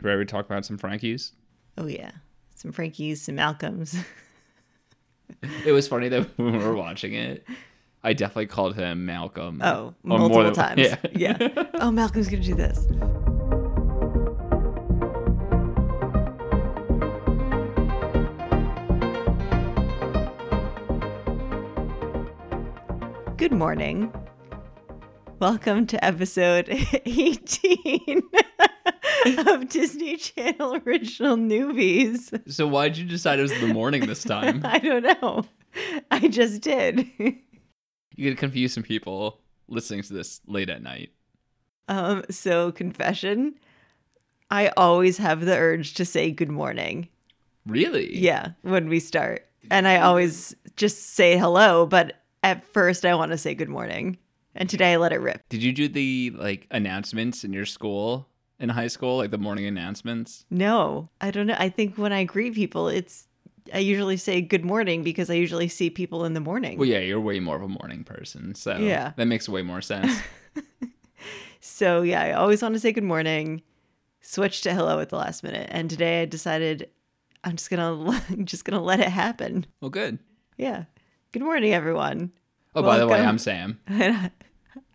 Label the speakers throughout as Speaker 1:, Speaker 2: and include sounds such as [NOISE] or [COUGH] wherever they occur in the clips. Speaker 1: where we talk about some Frankies.
Speaker 2: Oh yeah, some Frankies, some Malcolms. [LAUGHS]
Speaker 1: It was funny that [LAUGHS] when we were watching it, I definitely called him Malcolm.
Speaker 2: Oh,
Speaker 1: Or more
Speaker 2: multiple
Speaker 1: than-
Speaker 2: times.
Speaker 1: Yeah.
Speaker 2: [LAUGHS] yeah. Oh, Malcolm's gonna do this. Good morning. Welcome to episode [LAUGHS]
Speaker 1: [LAUGHS]
Speaker 2: 18 of Disney Channel Original Newbies.
Speaker 1: So why'd you decide it was the morning this time?
Speaker 2: [LAUGHS] I don't know. I just did.
Speaker 1: You could confuse some people listening to this late at night.
Speaker 2: Um, so confession, I always have the urge to say good morning.
Speaker 1: Really?
Speaker 2: Yeah, when we start. And I always just say hello, but at first I want to say good morning. And today I let it rip.
Speaker 1: Did you do the like announcements in your school in high school, like the morning announcements?
Speaker 2: No, I don't know. I think when I greet people, it's I usually say good morning because I usually see people in the morning.
Speaker 1: Well, yeah, you're way more of a morning person, so
Speaker 2: Yeah.
Speaker 1: that makes way more sense.
Speaker 2: So yeah, I always want to say good morning. Switch to hello at the last minute. And today I decided I'm just gonna [LAUGHS] just gonna let it happen.
Speaker 1: well, good.
Speaker 2: Yeah. Good morning, everyone.
Speaker 1: Oh, by the way,
Speaker 2: Welcome.
Speaker 1: I'm Sam.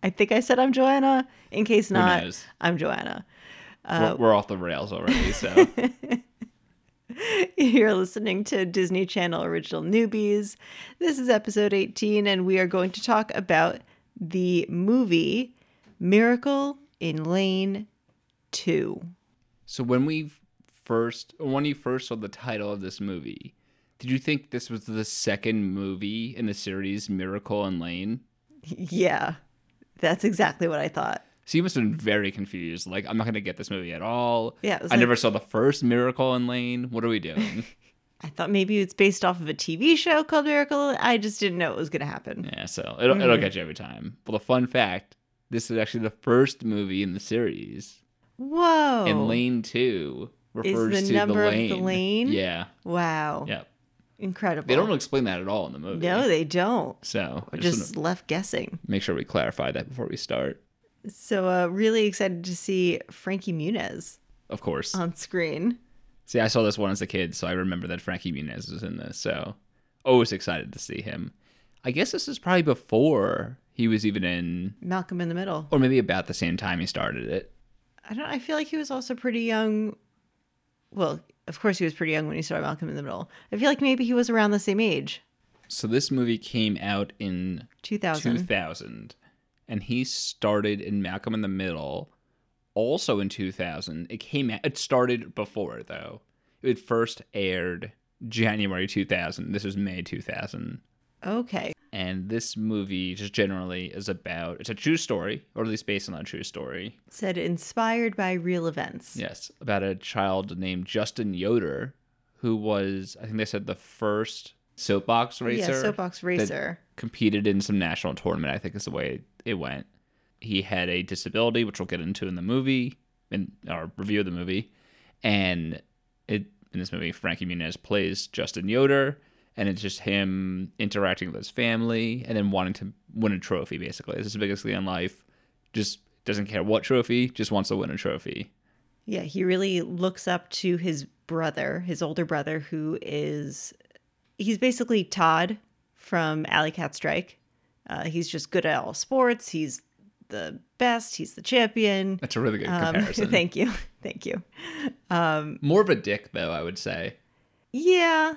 Speaker 2: I think I said I'm Joanna. In case not, uh,
Speaker 1: knows?
Speaker 2: I'm Joanna. [LAUGHS]
Speaker 1: we're, we're off the rails already, so
Speaker 2: You're listening to Disney Channel Original Newbies. This is episode 18, and we are going to talk about the movie Miracle in Lane 2.
Speaker 1: So when we first, when you first saw the title of this movie, did you think this was the second movie in the series Miracle and Lane?
Speaker 2: [LAUGHS] Yeah, that's exactly what I thought.
Speaker 1: So you must have been very confused. Like, I'm not going to get this movie at all.
Speaker 2: Yeah, it
Speaker 1: I
Speaker 2: was like-
Speaker 1: never saw the first Miracle and Lane. What are we
Speaker 2: [LAUGHS]
Speaker 1: doing?
Speaker 2: I thought maybe it's based off of a TV show called Miracle. I just didn't know it was going to happen.
Speaker 1: yeah, so it'll, it'll
Speaker 2: Mm.
Speaker 1: get you every time. Well, the fun fact this is actually the first movie in the series.
Speaker 2: Whoa.
Speaker 1: And Lane 2 refers
Speaker 2: Oh. the
Speaker 1: to
Speaker 2: number
Speaker 1: the
Speaker 2: of the
Speaker 1: lane.
Speaker 2: lane?
Speaker 1: Yeah,
Speaker 2: Wow.
Speaker 1: yeah.
Speaker 2: Incredible.
Speaker 1: They don't explain that at all in the movie.
Speaker 2: No, they don't.
Speaker 1: So I
Speaker 2: We're
Speaker 1: just,
Speaker 2: just left guessing.
Speaker 1: wanna make sure we clarify that before we start.
Speaker 2: So uh, really excited to see Frankie Muniz
Speaker 1: Of course.
Speaker 2: on screen.
Speaker 1: See, I saw this one as a kid, so I remember that Frankie Muniz was in this. So always excited to see him. I guess this is probably before he was even in,
Speaker 2: Malcolm in the Middle.
Speaker 1: or maybe about the same time he started it.
Speaker 2: I don't. I feel like he was also pretty young. Well, of course he was pretty young when he started Malcolm in the Middle. I feel like maybe he was around the same age,
Speaker 1: So this movie came out in
Speaker 2: two thousand.
Speaker 1: 2000, and he started in Malcolm in the Middle, also in 2000. It came out, it started before though. It first aired January 2000. This was May 2000.
Speaker 2: Okay.
Speaker 1: and this movie just generally is about it's a true story or at least based on a true story
Speaker 2: It said inspired by real events.
Speaker 1: yes about a child named justin yoder who was i think they said the first soapbox racer
Speaker 2: yeah soapbox racer.
Speaker 1: competed in some national tournament i think is the way it went he had a disability which we'll get into in the movie in our review of the movie and it in this movie frankie muniz plays justin yoder and it's just him interacting with his family and then wanting to win a trophy basically it's his biggest thing in life just doesn't care what trophy just wants to win a trophy
Speaker 2: Yeah, he really looks up to his brother, his older brother, who is he's basically Todd from Alley Cat Strike. Uh, he's just good at all sports. He's the best. He's
Speaker 1: [LAUGHS]
Speaker 2: the champion.
Speaker 1: that's a really good
Speaker 2: Um, [LAUGHS]
Speaker 1: comparison
Speaker 2: thank you, thank you.
Speaker 1: more of a dick though i would say
Speaker 2: Yeah,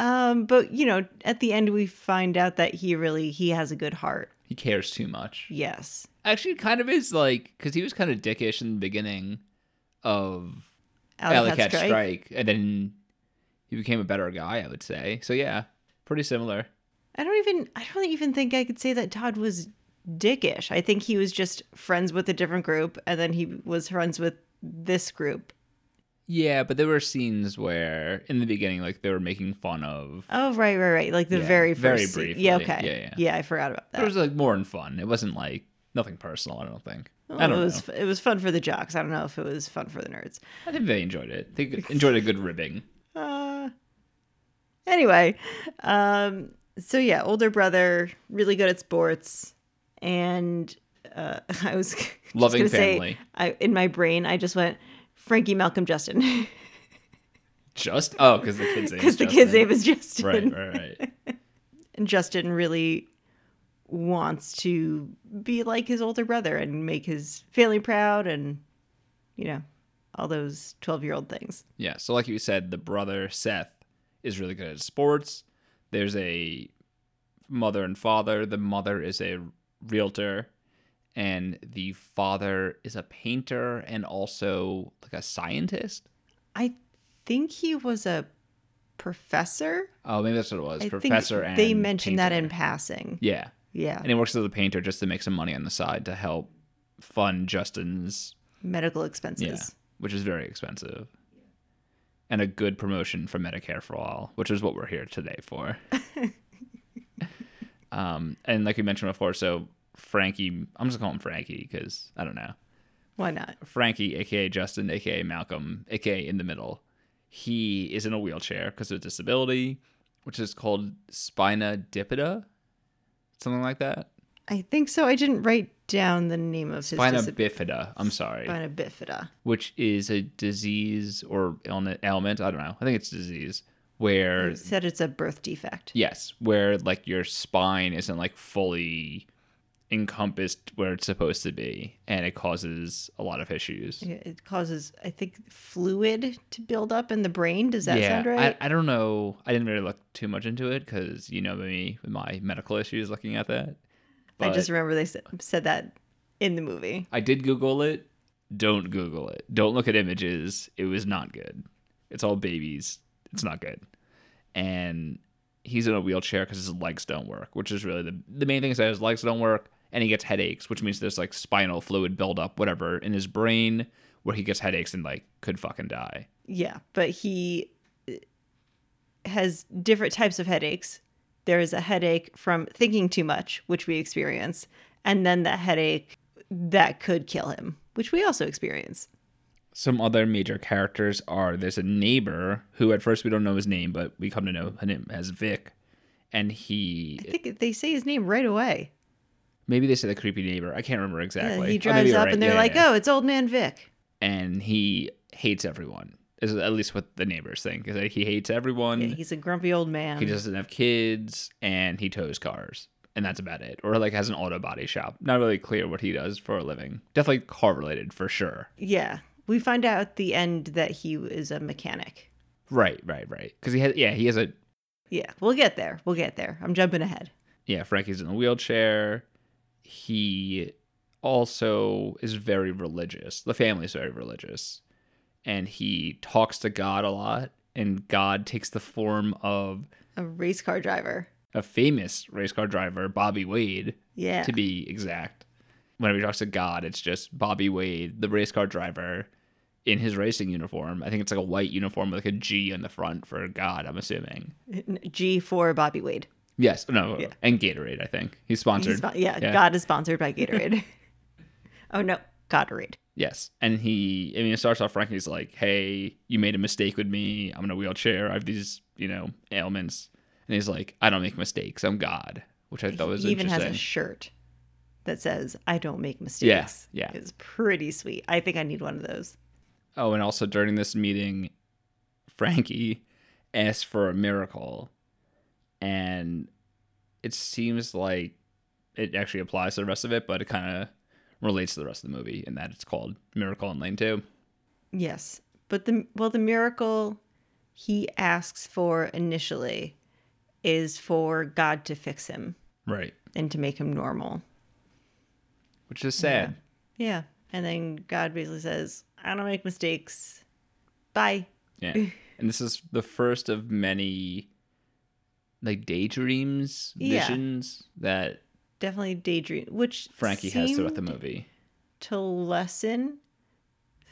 Speaker 2: um, but you know, at the end we find out that he really he has a good heart.
Speaker 1: he cares too much
Speaker 2: Yes,
Speaker 1: actually it kind of is like because he was kind of dickish in the beginning of
Speaker 2: Oh,
Speaker 1: Alley Cat Strike. and then he became a better guy, I would say. So yeah, pretty similar.
Speaker 2: I don't even I don't even think I could say that Todd was dickish. I think he was just friends with a different group and then he was friends with this group.
Speaker 1: Yeah, but there were scenes where in the beginning, like they were making fun of.
Speaker 2: Oh right, right, right. Like the
Speaker 1: Yeah,
Speaker 2: very first
Speaker 1: very
Speaker 2: scene.
Speaker 1: briefly.
Speaker 2: Yeah, okay.
Speaker 1: Yeah, yeah.
Speaker 2: I forgot about that.
Speaker 1: It was like more in fun. It wasn't like nothing personal. I don't think. I don't
Speaker 2: Oh, it
Speaker 1: know.
Speaker 2: was it was fun for the jocks. I don't know if it was fun for the nerds.
Speaker 1: I think they enjoyed it. They
Speaker 2: [LAUGHS]
Speaker 1: enjoyed a good ribbing.
Speaker 2: Uh, anyway, um, so yeah, older brother, really good at sports, and uh, [LAUGHS] I was just
Speaker 1: Loving
Speaker 2: gonna say,
Speaker 1: family.
Speaker 2: I in my brain, I just went Frankie Malcolm Justin [LAUGHS]
Speaker 1: Just oh, because the kid's name.
Speaker 2: because
Speaker 1: Because
Speaker 2: the kid's name is Justin.
Speaker 1: Right, right,
Speaker 2: [LAUGHS]
Speaker 1: [LAUGHS] right.
Speaker 2: And Justin really wants to be like his older brother and make his family proud and, you know, all those 12 year old things.
Speaker 1: Yeah. So like you said, the brother Seth is really good at sports. There's a mother and father. The mother is a realtor, and the father is a painter and also like a scientist.
Speaker 2: I think he was a professor.
Speaker 1: Oh, maybe that's what it was.
Speaker 2: I think
Speaker 1: Professor and
Speaker 2: they mentioned that
Speaker 1: painter.
Speaker 2: in passing.
Speaker 1: yeah,
Speaker 2: Yeah.
Speaker 1: and he works as a painter just to make some money on the side to help fund Justin's
Speaker 2: Medical
Speaker 1: yeah,
Speaker 2: expenses.
Speaker 1: which is very expensive. And a good promotion for Medicare for all, which is what we're here today for. um, and like we mentioned before, so Frankie, I'm just calling him Frankie because I don't know.
Speaker 2: Why not?
Speaker 1: Frankie, aka Justin, aka Malcolm, aka in the middle. He is in a wheelchair because of a disability, which is called spina bifida, something like that.
Speaker 2: I think so. I didn't write down the name of his
Speaker 1: Spina
Speaker 2: disability.
Speaker 1: bifida. I'm sorry,
Speaker 2: Spina bifida.
Speaker 1: which is a disease or ailment. ailment I don't know. I think it's disease where
Speaker 2: It said it's a birth defect.
Speaker 1: yes, where like your spine isn't like fully encompassed where it's supposed to be, and it causes a lot of issues.
Speaker 2: Yeah, It causes, I think, fluid to build up in the brain. Does that sound right?
Speaker 1: I, I don't know. I didn't really look too much into it because you know me with my medical issues looking at that.
Speaker 2: I,
Speaker 1: But I,
Speaker 2: just remember they said, said that in the movie.
Speaker 1: did Google it. Don't Google it. Don't look at images. It was not good. It's all babies. It's not good. And he's in a wheelchair because his legs don't work, which is really the the main thing is that his legs don't work and he gets headaches, which means there's like spinal fluid buildup, whatever, in his brain where he gets headaches and like could fucking die.
Speaker 2: Yeah, but he uh, has different types of headaches. There is a headache from thinking too much, which we experience, and then the headache that could kill him, which we also experience.
Speaker 1: some other major characters are there's a neighbor who at first we don't know his name, but we come to know him as Vic, and he
Speaker 2: I think they say his name right away.
Speaker 1: maybe they say the creepy neighbor. I can't remember
Speaker 2: Yeah,
Speaker 1: exactly.
Speaker 2: he
Speaker 1: Oh, maybe
Speaker 2: drives
Speaker 1: you're
Speaker 2: up
Speaker 1: right.
Speaker 2: and they're
Speaker 1: Yeah,
Speaker 2: like,
Speaker 1: yeah, yeah.
Speaker 2: "Oh, it's old man Vic."
Speaker 1: and he hates everyone. Is at least what the neighbors think is that he hates everyone.
Speaker 2: Yeah, he's a grumpy old man.
Speaker 1: he doesn't have kids and he tows cars. And that's about it. Or like has an auto body shop. Not really clear what he does for a living. Definitely car related for sure.
Speaker 2: Yeah. We find out at the end that he is a mechanic.
Speaker 1: Right, right, right. Because he has yeah he has a
Speaker 2: Yeah, we'll get there. We'll get there. I'm jumping ahead.
Speaker 1: yeah, Frankie's in a wheelchair. He also is very religious. The family's very religious. And he talks to God a lot. And God takes the form of
Speaker 2: A race car driver.
Speaker 1: a famous race car driver, Bobby Wade,
Speaker 2: Yeah.
Speaker 1: to be exact. Whenever he talks to God, it's just Bobby Wade, the race car driver, in his racing uniform. I think it's like a white uniform with like a G on the front for God, I'm assuming.
Speaker 2: G for Bobby Wade.
Speaker 1: Yes, no,
Speaker 2: Yeah.
Speaker 1: and Gatorade, I think. He's
Speaker 2: He's
Speaker 1: sponsored.
Speaker 2: spo- yeah,
Speaker 1: Yeah.
Speaker 2: God is sponsored by Gatorade. [LAUGHS] oh no, Gatorade.
Speaker 1: Yes. And he, I mean, it starts off Frankie's like, hey, you made a mistake with me. I'm in a wheelchair. I have these, you know, ailments. And he's like, I don't make mistakes. I'm God, which I thought was
Speaker 2: He even has
Speaker 1: interesting.
Speaker 2: a shirt that says "I don't make
Speaker 1: Yeah,
Speaker 2: mistakes."
Speaker 1: yeah.
Speaker 2: It's pretty sweet. I think I need one of those.
Speaker 1: oh, and also during this meeting, Frankie asks for a miracle. And it seems like it actually applies to the rest of it, but it kind of relates to the rest of the movie in that it's called Miracle in Lane 2.
Speaker 2: Yes, but the well, the miracle he asks for initially is for God to fix him
Speaker 1: Right.
Speaker 2: and to make him normal.
Speaker 1: Which is sad.
Speaker 2: Yeah. And then God basically says, I don't make mistakes. Bye.
Speaker 1: Yeah.
Speaker 2: Eh.
Speaker 1: and this is the first of many like daydreams,
Speaker 2: Yeah.
Speaker 1: visions that
Speaker 2: Definitely daydream, which
Speaker 1: Frankie has throughout the
Speaker 2: seemed
Speaker 1: movie.
Speaker 2: To lessen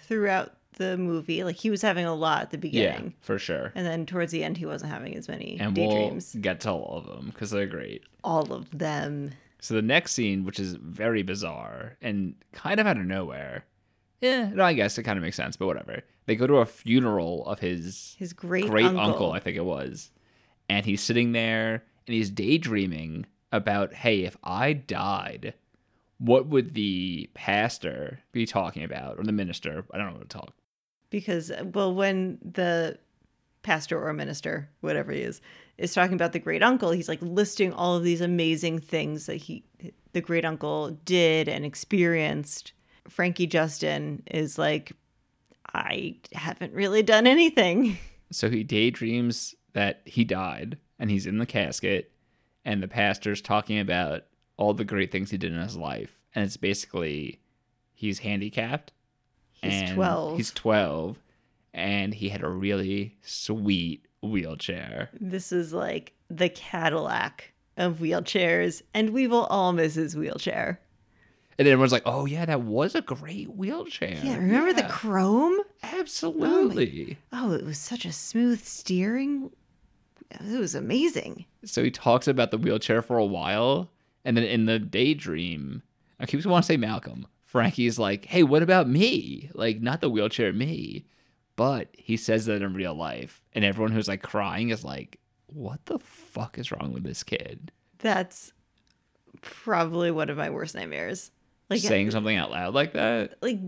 Speaker 2: throughout the movie. Like he was having a lot at the beginning.
Speaker 1: Yeah, for sure.
Speaker 2: And then towards the end, he wasn't having as many
Speaker 1: And
Speaker 2: daydreams.
Speaker 1: we'll get to all of them because they're great.
Speaker 2: All of them.
Speaker 1: So the next scene, which is very bizarre and kind of out of nowhere, yeah, no, I guess it kind of makes sense, but whatever. They go to a funeral of his
Speaker 2: His great,
Speaker 1: great
Speaker 2: uncle.
Speaker 1: uncle. I think it was. And he's sitting there and he's daydreaming about, hey, if I died, what would the pastor be talking about or the minister? I don't know what to talk.
Speaker 2: because uh, well when the pastor or minister whatever he is is talking about the great uncle he's like listing all of these amazing things that he the great uncle did and experienced frankie justin is like i haven't really done anything
Speaker 1: So he daydreams that he died and he's in the casket, and the pastor's talking about all the great things he did in his life. And it's basically he's handicapped.
Speaker 2: He's
Speaker 1: and
Speaker 2: 12.
Speaker 1: He's 12, and he had a really sweet wheelchair.
Speaker 2: this is like the cadillac of wheelchairs and we will all miss his wheelchair
Speaker 1: And everyone's like, oh, yeah, that was a great wheelchair.
Speaker 2: yeah remember the oh
Speaker 1: Yeah,
Speaker 2: chrome
Speaker 1: Absolutely.
Speaker 2: oh it was such a smooth steering it was amazing
Speaker 1: So he talks about the wheelchair for a while, and then in the daydream, I keep wanting to say Malcolm. Frankie's like, "Hey, what about me? Like, not the wheelchair, me." But he says that in real life, and everyone who's like crying is like, "What the fuck is wrong with this kid?"
Speaker 2: That's probably one of my worst nightmares. Like
Speaker 1: Saying something out loud like that.
Speaker 2: like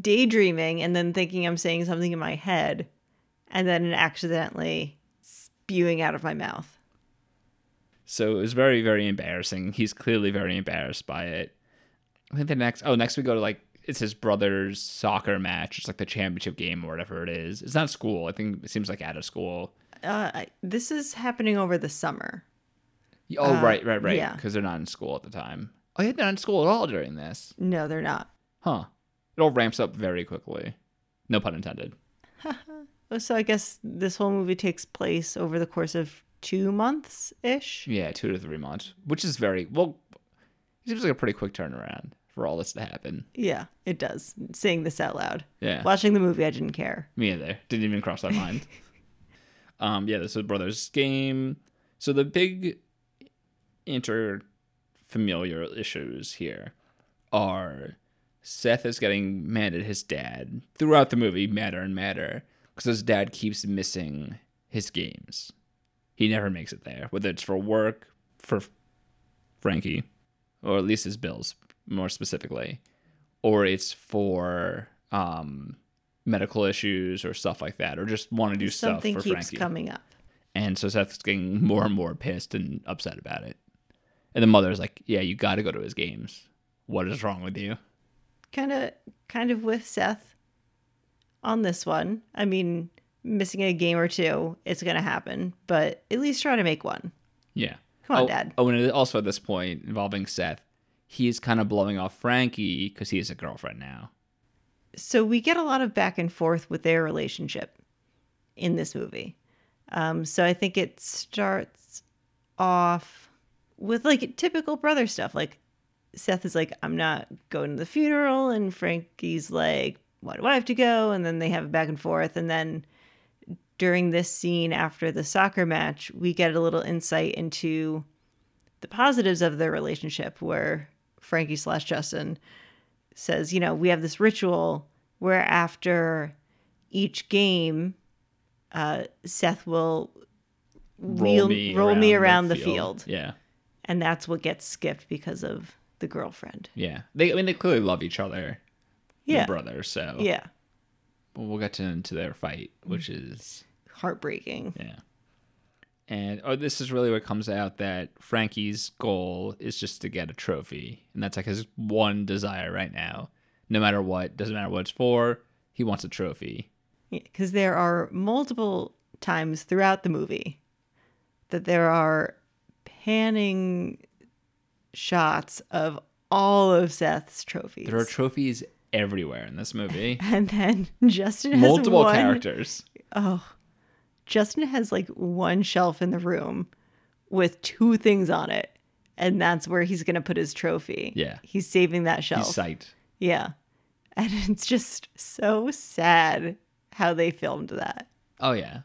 Speaker 2: daydreaming and then thinking I'm saying something in my head and then accidentally spewing out of my mouth.
Speaker 1: So it was very, very embarrassing. He's clearly very embarrassed by it. I think the next, oh, next we go to like, it's his brother's soccer match. It's like the championship game or whatever it is. It's not school. I think it seems like out of school.
Speaker 2: Uh, I- this is happening over the summer.
Speaker 1: Oh, right, right, right.
Speaker 2: yeah.
Speaker 1: Because they're not in school at the time. Oh, yeah, they're not in school at all during this.
Speaker 2: No, they're not.
Speaker 1: Huh. It all ramps up very quickly. No pun intended.
Speaker 2: Oh, So I guess this whole movie takes place over the course of two months ish.
Speaker 1: Yeah, two to three months, which is very, well, it seems like a pretty quick turnaround for all this to happen.
Speaker 2: Yeah, it does. Saying this out loud.
Speaker 1: Yeah.
Speaker 2: Watching the movie, I didn't care.
Speaker 1: Me either. Didn't even cross my mind. um, yeah, this is Brothers game. So the big interfamiliar issues here are Seth is getting mad at his dad throughout the movie, madder and madder, because his dad keeps missing his games. He never makes it there, whether it's for work, for Frankie, or at least his bills, more specifically, or it's for um, medical issues or stuff like that, or just want to do
Speaker 2: Something
Speaker 1: stuff for
Speaker 2: keeps
Speaker 1: Frankie.
Speaker 2: coming up.
Speaker 1: And so Seth's getting more and more pissed and upset about it. And the mother's like, "Yeah, you got to go to his games. What is wrong with you?"
Speaker 2: kind of kind of with Seth on this one. I mean, missing a game or two, it's gonna happen, but at least try to make one.
Speaker 1: Yeah.
Speaker 2: Come on,
Speaker 1: oh,
Speaker 2: Dad.
Speaker 1: Oh, and also at this point involving Seth, he's kind of blowing off Frankie because he has a girlfriend now.
Speaker 2: So we get a lot of back and forth with their relationship in this movie. Um, so I think it starts off with like typical brother stuff. Like Seth is like, I'm not going to the funeral, and Frankie's like, Why do I have to go? And then they have a back and forth, and then during this scene after the soccer match, we get a little insight into the positives of their relationship where Frankie slash Justin says, you know, we have this ritual where after each game, uh, Seth will wheel- roll me around the field.
Speaker 1: Yeah.
Speaker 2: And that's what gets skipped because of the girlfriend.
Speaker 1: Yeah. They I mean they clearly love each other. The
Speaker 2: Yeah.
Speaker 1: brothers, so
Speaker 2: Yeah.
Speaker 1: But we'll get to into their fight, which is
Speaker 2: Heartbreaking.
Speaker 1: yeah. And oh this is really what comes out that Frankie's goal is just to get a trophy. And that's like his one desire right now. No matter what, doesn't matter what it's for, he wants a trophy.
Speaker 2: Because there are multiple times throughout the movie that there are panning shots of all of Seth's trophies.
Speaker 1: There are trophies everywhere in this movie.
Speaker 2: [LAUGHS] and then Justin has
Speaker 1: Multiple
Speaker 2: one,
Speaker 1: characters.
Speaker 2: Justin has like one shelf in the room with two things on it. And that's where he's going to put his trophy.
Speaker 1: Yeah.
Speaker 2: He's saving that
Speaker 1: He's
Speaker 2: shelf.
Speaker 1: psyched.
Speaker 2: Yeah. And [LAUGHS] it's just so sad how they filmed that.
Speaker 1: Oh yeah.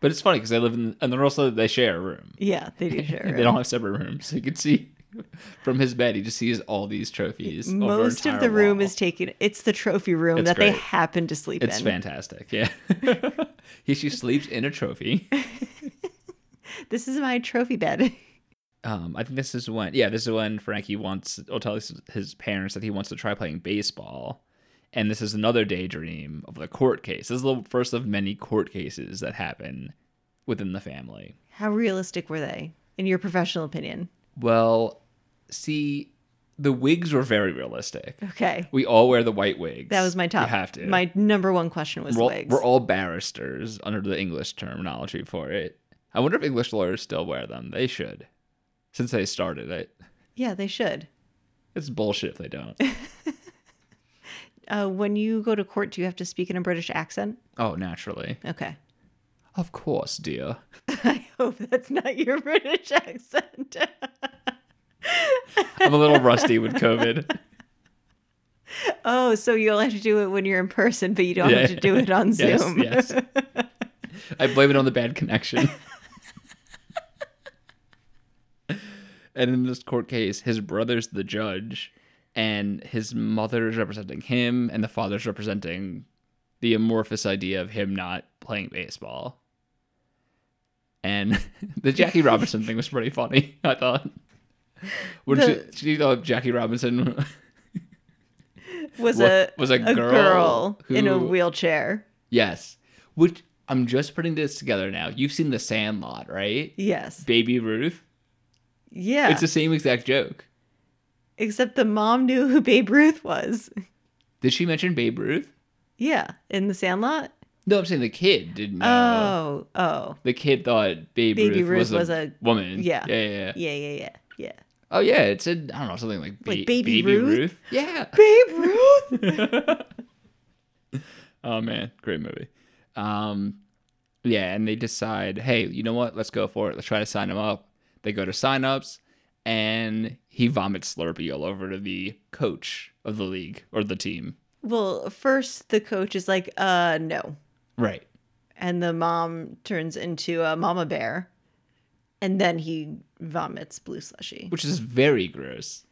Speaker 1: But it's funny because they live in and they're also they share a room.
Speaker 2: Yeah, they
Speaker 1: [LAUGHS]
Speaker 2: do share.
Speaker 1: They don't have separate rooms. So you can see [LAUGHS] from his bed, he just sees all these trophies. over an
Speaker 2: Most of
Speaker 1: entire
Speaker 2: the room
Speaker 1: wall.
Speaker 2: is taken. It's the trophy room
Speaker 1: It's
Speaker 2: that they
Speaker 1: great.
Speaker 2: happen to sleep
Speaker 1: It's
Speaker 2: in.
Speaker 1: fantastic. Yeah. [LAUGHS] he she sleeps in a
Speaker 2: [LAUGHS]
Speaker 1: trophy.
Speaker 2: This is my trophy bed. [LAUGHS]
Speaker 1: Um, I think this is when yeah, this is when Frankie wants or tells his parents that he wants to try playing baseball. And this is another daydream of the court case. This is the first of many court cases that happen within the family.
Speaker 2: How realistic were they, in your professional opinion?
Speaker 1: Well, see, the wigs were very realistic.
Speaker 2: Okay.
Speaker 1: We all wear the white wigs.
Speaker 2: That was my top.
Speaker 1: You have to.
Speaker 2: My number one question was
Speaker 1: we're, all-
Speaker 2: wigs.
Speaker 1: we're all barristers under the English terminology for it. I wonder if English lawyers still wear them. They should, since they started it.
Speaker 2: yeah, they should.
Speaker 1: It's bullshit if they
Speaker 2: [LAUGHS]
Speaker 1: don't.
Speaker 2: Uh, when you go to court, do you have to speak in a British accent?
Speaker 1: oh, naturally.
Speaker 2: Okay. [LAUGHS]
Speaker 1: Of course, dear.
Speaker 2: I hope that's not your [LAUGHS] British accent.
Speaker 1: I'm a little rusty with
Speaker 2: [LAUGHS]
Speaker 1: COVID.
Speaker 2: oh, so you'll have to do it when you're in person, but you don't
Speaker 1: Yeah.
Speaker 2: have to do it on
Speaker 1: [LAUGHS] Yes,
Speaker 2: Zoom.
Speaker 1: yes. I blame it on the bad connection. and in this court case, his brother's the judge, and his mother's representing him, and the father's representing the amorphous idea of him not playing baseball. And [LAUGHS] the Jackie Robinson thing was pretty funny, I thought. When
Speaker 2: The-
Speaker 1: she, she thought Jackie Robinson
Speaker 2: [LAUGHS] Was
Speaker 1: What-
Speaker 2: a
Speaker 1: was a girl
Speaker 2: in a
Speaker 1: who-
Speaker 2: wheelchair.
Speaker 1: Yes. Which I'm just putting this together now. You've seen The Sandlot, right?
Speaker 2: Yes.
Speaker 1: Baby Ruth.
Speaker 2: Yeah.
Speaker 1: It's the same exact joke.
Speaker 2: Except the mom knew who Babe Ruth was.
Speaker 1: Did she mention Babe Ruth?
Speaker 2: Yeah, in the Sandlot.
Speaker 1: No, I'm saying the kid didn't know.
Speaker 2: Oh, oh,
Speaker 1: the kid thought Babe,
Speaker 2: Baby
Speaker 1: Ruth, was,
Speaker 2: Ruth was
Speaker 1: a
Speaker 2: a-
Speaker 1: woman.
Speaker 2: yeah.
Speaker 1: yeah, yeah, yeah.
Speaker 2: yeah, yeah, yeah, yeah.
Speaker 1: Oh yeah, it said I don't know something like, ba-
Speaker 2: Like Baby Ruth?
Speaker 1: Yeah.
Speaker 2: Babe
Speaker 1: [LAUGHS]
Speaker 2: Ruth.
Speaker 1: oh man, great movie. Um, yeah, and they decide, hey, you know what? Let's go for it. Let's try to sign him up. They go to signups, and he vomits Slurpee all over to the coach of the league or the team.
Speaker 2: well, first the coach is like, "Uh, no,"
Speaker 1: Right.
Speaker 2: and the mom turns into a mama bear, and then he vomits blue slushy.
Speaker 1: Which is very gross.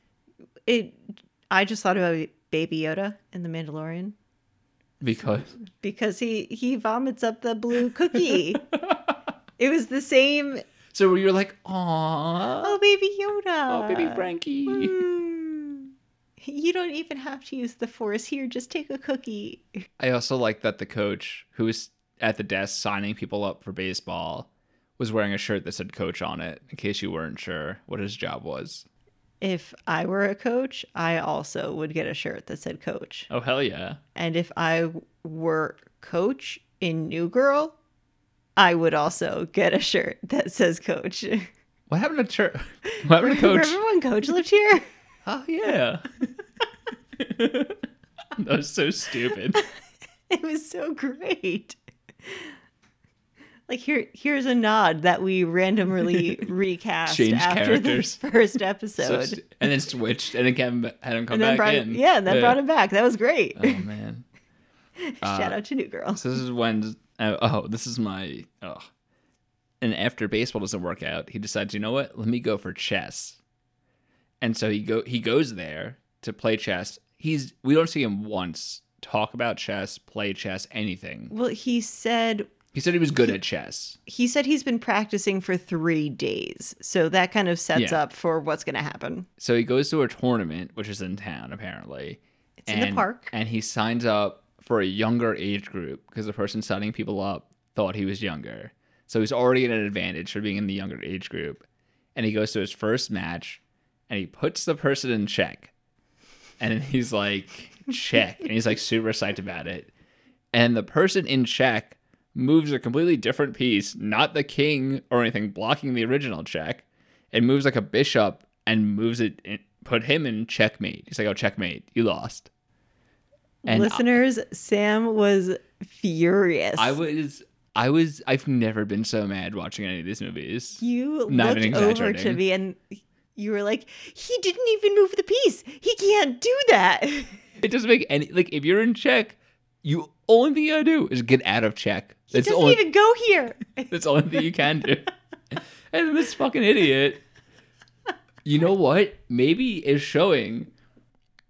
Speaker 2: It. I just thought about Baby Yoda in The Mandalorian
Speaker 1: Because
Speaker 2: because he he vomits up the blue
Speaker 1: [LAUGHS]
Speaker 2: cookie. it was the same.
Speaker 1: [LAUGHS] so you're like, aw,
Speaker 2: Oh, Baby Yoda.
Speaker 1: oh, baby Frankie.
Speaker 2: Mm. You don't even have to use the force here. Just take a cookie.
Speaker 1: I also like that the coach who was at the desk signing people up for baseball was wearing a shirt that said coach on it in case you weren't sure what his job was.
Speaker 2: If I were a coach, I also would get a shirt that said coach.
Speaker 1: Oh, hell yeah.
Speaker 2: And if I were coach in New Girl, I would also get a shirt that says coach.
Speaker 1: What happened to church? [LAUGHS] What happened to coach?
Speaker 2: [LAUGHS] Remember when coach lived here?
Speaker 1: Oh, yeah. [LAUGHS] that was so
Speaker 2: [LAUGHS]
Speaker 1: stupid.
Speaker 2: It was so great. Like here here's a nod that we randomly
Speaker 1: [LAUGHS]
Speaker 2: recast
Speaker 1: Changed
Speaker 2: after
Speaker 1: characters.
Speaker 2: this [LAUGHS] first episode.
Speaker 1: So stu- and then switched and then came, had him come back
Speaker 2: and then brought
Speaker 1: in.
Speaker 2: yeah, and then brought him back. That was great.
Speaker 1: Oh, man.
Speaker 2: [LAUGHS]
Speaker 1: Uh,
Speaker 2: Shout out to New Girl.
Speaker 1: So this is when oh, oh this is my oh. And after baseball doesn't work out, he decides, you know what? Let me go for chess. And so he go he goes there to play chess. He's we don't see him once talk about chess, play chess, anything.
Speaker 2: Well, he said
Speaker 1: He said he was good at chess.
Speaker 2: he said he's been practicing for three days, so that kind of sets
Speaker 1: Yeah.
Speaker 2: up for what's going to happen.
Speaker 1: So he goes to a tournament which is in town apparently.
Speaker 2: It's in the park.
Speaker 1: And he signs up for a younger age group because the person signing people up thought he was younger. So he's already at an advantage for being in the younger age group. And he goes to his first match and he puts the person in check. And he's like, check. And he's like super psyched about it. And the person in check moves a completely different piece, not the king or anything blocking the original check. It moves like a bishop and moves it, in, put him in checkmate. He's like, oh, checkmate, you lost. And
Speaker 2: Listeners, Sam was furious.
Speaker 1: I was, I was, I've never been so mad watching any of these movies.
Speaker 2: you
Speaker 1: Not even
Speaker 2: looked over to
Speaker 1: exaggerating.
Speaker 2: me and you were like, "He didn't even move the piece. He can't do that." [LAUGHS]
Speaker 1: It doesn't make any, like, if you're in check, you only thing you gotta do is get out of check.
Speaker 2: He
Speaker 1: That's the
Speaker 2: doesn't
Speaker 1: only,
Speaker 2: even go here. [LAUGHS]
Speaker 1: That's the only thing you can do. and this fucking idiot, you know what? Maybe is showing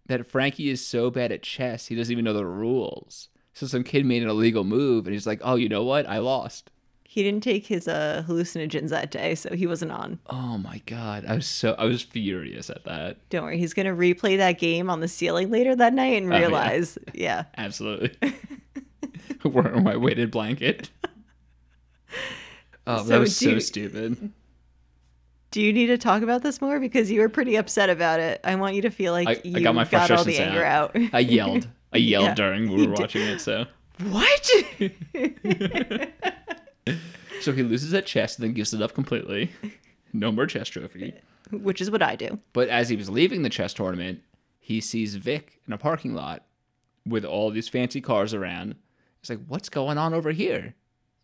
Speaker 1: that Frankie is so bad at chess, he doesn't even know the rules. So some kid made an illegal move, and he's like, "Oh, you know what? I lost."
Speaker 2: He didn't take his uh, hallucinogens that day, so he wasn't on.
Speaker 1: Oh my god, I was so I was furious at that.
Speaker 2: Don't worry, he's gonna replay that game on the ceiling later that night and
Speaker 1: Oh, yeah.
Speaker 2: realize, yeah.
Speaker 1: Absolutely, [LAUGHS] wearing my weighted blanket. Oh,
Speaker 2: So
Speaker 1: that was
Speaker 2: do
Speaker 1: so
Speaker 2: you-
Speaker 1: stupid.
Speaker 2: Do you need to talk about this more because you were pretty upset about it? I want you to feel like
Speaker 1: I,
Speaker 2: you
Speaker 1: I got my
Speaker 2: all
Speaker 1: frustrations
Speaker 2: the anger out.
Speaker 1: I yelled. I yelled
Speaker 2: Yeah,
Speaker 1: during we
Speaker 2: you
Speaker 1: were
Speaker 2: did.
Speaker 1: watching it. So
Speaker 2: [LAUGHS] what? [LAUGHS]
Speaker 1: so he loses at chess and then gives it up completely. No more chess trophy.
Speaker 2: Which is what I do.
Speaker 1: But as he was leaving the chess tournament, he sees Vic in a parking lot with all these fancy cars around. He's like, "What's going on over here?"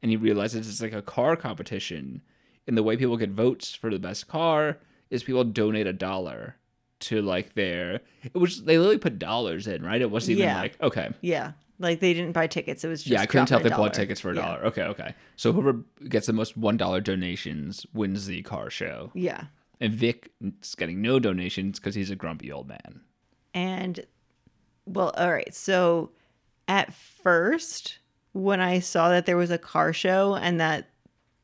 Speaker 1: And he realizes it's like a car competition, and the way people get votes for the best car is people donate a dollar to like their, which they literally put dollars in, right? It wasn't even
Speaker 2: Yeah.
Speaker 1: like okay,
Speaker 2: Yeah. Like they didn't buy tickets. It was just
Speaker 1: yeah, I couldn't tell if
Speaker 2: dropping
Speaker 1: they
Speaker 2: a
Speaker 1: bought
Speaker 2: dollar.
Speaker 1: tickets for a
Speaker 2: Yeah.
Speaker 1: dollar. Okay, okay. So whoever gets the most one dollar donations wins the car show.
Speaker 2: Yeah.
Speaker 1: And Vic is getting no donations because he's a grumpy old man.
Speaker 2: And well, all right. So at first, when I saw that there was a car show and that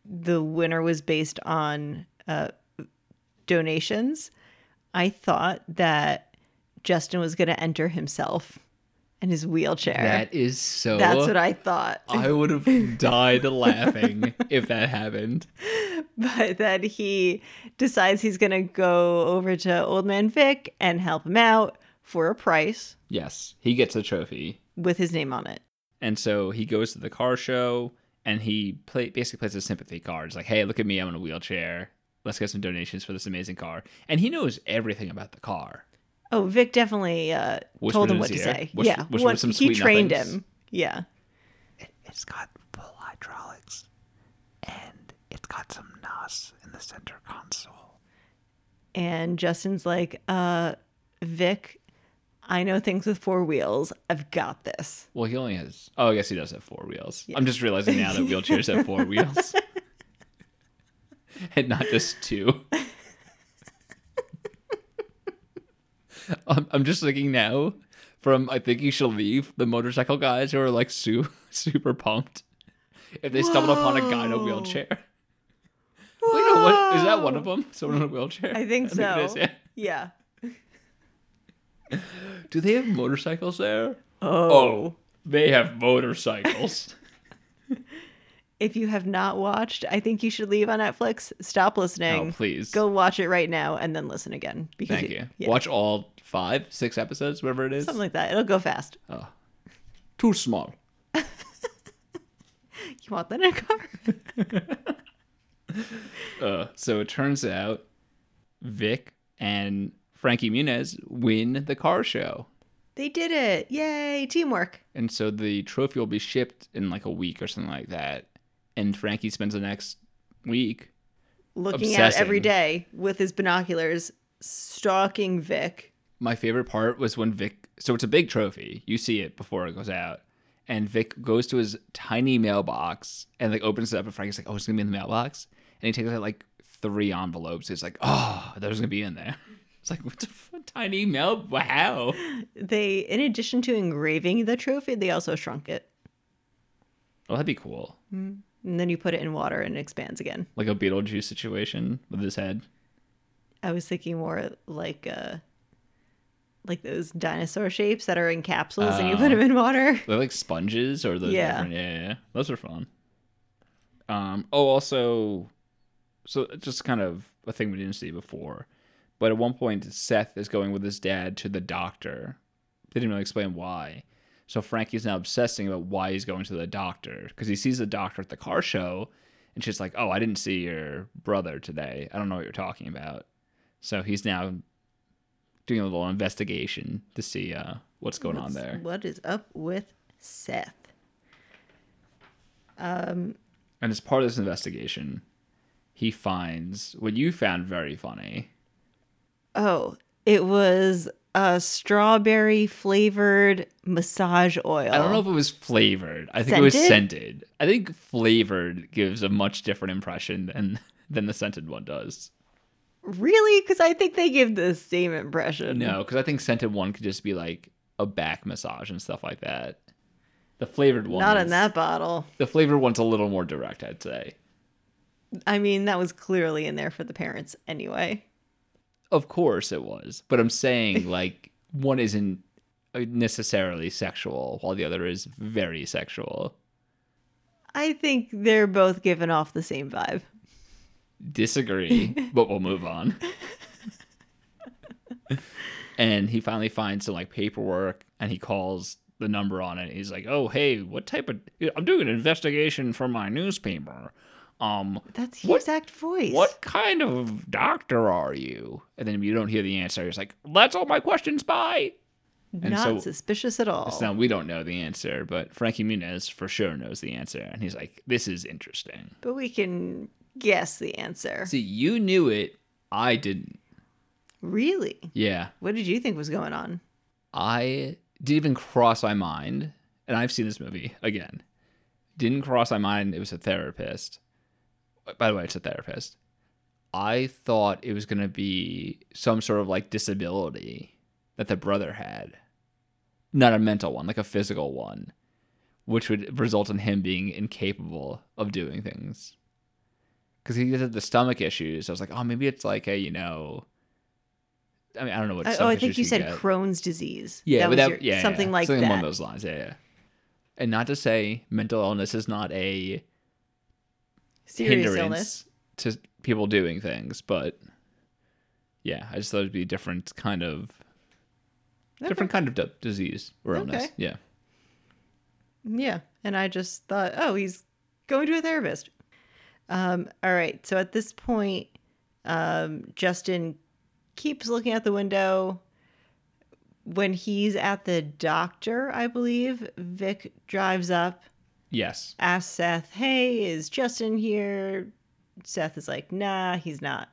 Speaker 2: the winner was based on uh, donations, I thought that Justin was going to enter himself in his wheelchair.
Speaker 1: That is so.
Speaker 2: That's what I thought. [LAUGHS]
Speaker 1: I would have died laughing if that happened.
Speaker 2: but then he decides he's going to go over to Old Man Vic and help him out for a price
Speaker 1: Yes, he gets a trophy,
Speaker 2: with his name on it.
Speaker 1: and so he goes to the car show and he play, basically plays a sympathy card. It's like, hey, look at me, I'm in a wheelchair. Let's get some donations for this amazing car. And he knows everything about the car.
Speaker 2: Oh, Vic definitely uh,
Speaker 1: Whispered
Speaker 2: told him
Speaker 1: in
Speaker 2: what to
Speaker 1: his ear.
Speaker 2: say.
Speaker 1: Whis-
Speaker 2: yeah,
Speaker 1: whispered
Speaker 2: what,
Speaker 1: some
Speaker 2: he
Speaker 1: sweet
Speaker 2: trained
Speaker 1: nothings.
Speaker 2: him. Yeah,
Speaker 3: It's got full hydraulics, and it's got some NOS in the center console.
Speaker 2: and Justin's like, uh, Vic, I know things with four wheels. I've got this.
Speaker 1: Well, he only has. Oh, I guess he does have four wheels. I'm just realizing now that wheelchairs have four
Speaker 2: [LAUGHS]
Speaker 1: wheels, and not just two. I'm, I'm just thinking now. From I think you shall leave the motorcycle guys who are like su- [LAUGHS] super pumped if they stumbled upon a guy in a
Speaker 2: Whoa.
Speaker 1: wheelchair. [LAUGHS] Wait, no, what, is that one of them? Someone in a wheelchair? [LAUGHS]
Speaker 2: I think so.
Speaker 1: it is, yeah.
Speaker 2: [LAUGHS] yeah.
Speaker 1: Do they have motorcycles there?
Speaker 2: Oh.
Speaker 1: They have
Speaker 2: [LAUGHS]
Speaker 1: motorcycles.
Speaker 2: If you have not watched, I think you should leave on Netflix. Stop listening.
Speaker 1: Oh, please.
Speaker 2: Go watch it right now and then listen again. Because
Speaker 1: Thank you.
Speaker 2: [LAUGHS] yeah,
Speaker 1: Watch all five, six episodes, whatever it is.
Speaker 2: Something like that. It'll go fast.
Speaker 1: Too small.
Speaker 2: You want that in a car? [LAUGHS]
Speaker 1: Uh, so it turns out Vic and Frankie Muniz win the car show.
Speaker 2: they did it. Yay. Teamwork.
Speaker 1: And so the trophy will be shipped in like a week or something like that. And Frankie spends the next week.
Speaker 2: looking out
Speaker 1: Obsessing.
Speaker 2: every day with his binoculars, stalking Vic.
Speaker 1: My favorite part was when Vic, so it's a big trophy. You see it before it goes out. And Vic goes to his tiny mailbox and like opens it up. And Frankie's like, oh, it's going to be in the mailbox. And he takes out like three envelopes. It's like, oh, those going to be in there. [LAUGHS] It's like, what the f- tiny mail? Wow.
Speaker 2: They, in addition to engraving the trophy, they also shrunk it.
Speaker 1: Oh, that'd be cool.
Speaker 2: And then you put it in water and it expands again.
Speaker 1: Like a Beetlejuice situation with his head.
Speaker 2: I was thinking more like uh like those dinosaur shapes that are in capsules and you
Speaker 1: Oh.
Speaker 2: put them in water.
Speaker 1: They're like sponges or those
Speaker 2: Yeah.
Speaker 1: different. Yeah, yeah, yeah. Those are fun. Um. Oh, also, so just kind of a thing we didn't see before, but at one point Seth is going with his dad to the doctor. They didn't really explain why. So Frankie's now obsessing about why he's going to the doctor because he sees the doctor at the car show, and she's like, "Oh, I didn't see your brother today. I don't know what you're talking about." So he's now doing a little investigation to see uh, what's going
Speaker 2: [LAUGHS]
Speaker 1: on there.
Speaker 2: What is up with Seth?
Speaker 1: And as part of this investigation, he finds what you found very funny.
Speaker 2: Oh, it was a strawberry flavored massage oil.
Speaker 1: I don't know if it was flavored. I think it was
Speaker 2: Scented?
Speaker 1: scented. I think flavored gives a much different impression than than the scented one does.
Speaker 2: Really? Because I think they give the same impression.
Speaker 1: No, because I think scented one could just be like a back massage and stuff like that. The flavored one.
Speaker 2: Not in
Speaker 1: is-
Speaker 2: that bottle.
Speaker 1: The flavored one's a little more direct, I'd say.
Speaker 2: I mean, that was clearly in there for the parents anyway.
Speaker 1: Of course it was, but I'm saying
Speaker 2: [LAUGHS]
Speaker 1: like one isn't necessarily sexual while the other is very sexual.
Speaker 2: I think they're both giving off the same vibe.
Speaker 1: Disagree, but we'll move on. and he finally finds some like paperwork and he calls the number on it. He's like, "Oh, hey, what type of I'm doing an investigation for my newspaper. Um,
Speaker 2: That's his
Speaker 1: What-
Speaker 2: exact voice.
Speaker 1: what kind of doctor are you?" And then you don't hear the answer. He's like, "That's all my questions, bye." and
Speaker 2: Not
Speaker 1: so-
Speaker 2: suspicious at all.
Speaker 1: So now we don't know the answer, but Frankie Muniz for sure knows the answer. And he's like, this is interesting.
Speaker 2: But we can guess the answer.
Speaker 1: See, you knew it. I didn't.
Speaker 2: Really?
Speaker 1: Yeah.
Speaker 2: What did you think was going on?
Speaker 1: I didn't even cross my mind. And I've seen this movie again. Didn't cross my mind. It was a therapist. By the way, it's a therapist. I thought it was going to be some sort of like disability that the brother had, not a mental one, like a physical one, which would result in him being incapable of doing things. Because he had the stomach issues. I was like, oh, maybe it's like a, you know, I mean, I don't know what.
Speaker 2: I, oh,
Speaker 1: stomach
Speaker 2: I think
Speaker 1: issues
Speaker 2: you said
Speaker 1: get.
Speaker 2: Crohn's disease.
Speaker 1: Yeah,
Speaker 2: that was
Speaker 1: without,
Speaker 2: your-
Speaker 1: yeah,
Speaker 2: something
Speaker 1: yeah,
Speaker 2: like
Speaker 1: something
Speaker 2: that.
Speaker 1: along those lines. Yeah, yeah. And not to say mental illness is not a
Speaker 2: Serious
Speaker 1: hindrance
Speaker 2: illness.
Speaker 1: to people doing things, but yeah, I just thought it'd be a different kind of different kind of d- disease or illness.
Speaker 2: Okay.
Speaker 1: Yeah,
Speaker 2: Yeah, and I just thought, oh, he's going to a therapist. Um, all right. So at this point, um, Justin keeps looking out the window. When he's at the doctor, I believe Vic drives up
Speaker 1: yes,
Speaker 2: asks Seth, "Hey, is Justin here?" Seth is like, "Nah, he's not."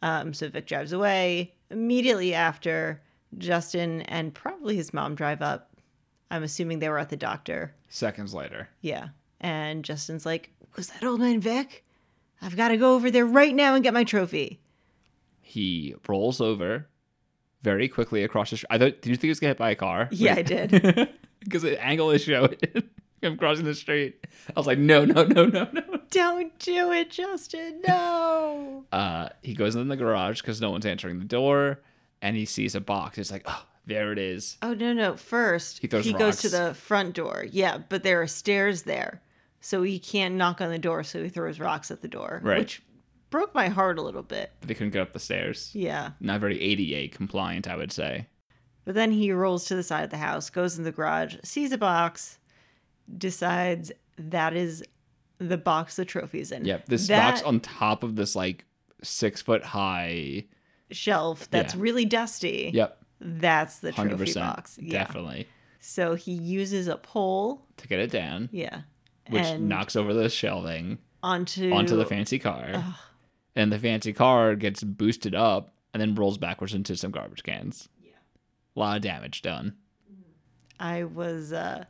Speaker 2: Um, so Vic drives away. Immediately after, Justin and probably his mom drive up. I'm assuming they were at the doctor.
Speaker 1: seconds later.
Speaker 2: Yeah, and Justin's like, "Was that old man Vic? I've got to go over there right now and get my trophy."
Speaker 1: He rolls over very quickly across the. Sh- I thought. Did you think he was gonna hit by a car?
Speaker 2: Yeah,
Speaker 1: [LAUGHS]
Speaker 2: I did.
Speaker 1: because the angle is showing him [LAUGHS] crossing the street. I was like, no, no, no, no, no.
Speaker 2: Don't do it, Justin.
Speaker 1: [LAUGHS]
Speaker 2: No.
Speaker 1: Uh, he goes in the garage because no one's answering the door, and he sees a box. It's like, oh, there it is.
Speaker 2: Oh no no! First
Speaker 1: He throws
Speaker 2: goes to
Speaker 1: rocks.
Speaker 2: the front door. Yeah, but there are stairs there, so he can't knock on the door. So he throws rocks at the door,
Speaker 1: Right.
Speaker 2: which broke my heart a little bit.
Speaker 1: But they couldn't get up the stairs.
Speaker 2: Yeah,
Speaker 1: Not very ADA compliant, I would say.
Speaker 2: but then he rolls to the side of the house, goes in the garage, sees a box, decides that is the box the trophy's in.
Speaker 1: Yep. This
Speaker 2: that
Speaker 1: box on top of this like six foot
Speaker 2: [LAUGHS]
Speaker 1: high.
Speaker 2: shelf that's
Speaker 1: Yeah.
Speaker 2: really dusty.
Speaker 1: Yep.
Speaker 2: that's the
Speaker 1: Hundred
Speaker 2: trophy
Speaker 1: percent.
Speaker 2: box. Yeah.
Speaker 1: Definitely
Speaker 2: So he uses a pole.
Speaker 1: to get it down,
Speaker 2: Yeah.
Speaker 1: which
Speaker 2: and
Speaker 1: knocks over the shelving
Speaker 2: onto
Speaker 1: onto the fancy car, and the fancy car gets boosted up and then rolls backwards into some garbage cans. Yeah. A lot of damage done.
Speaker 2: I was uh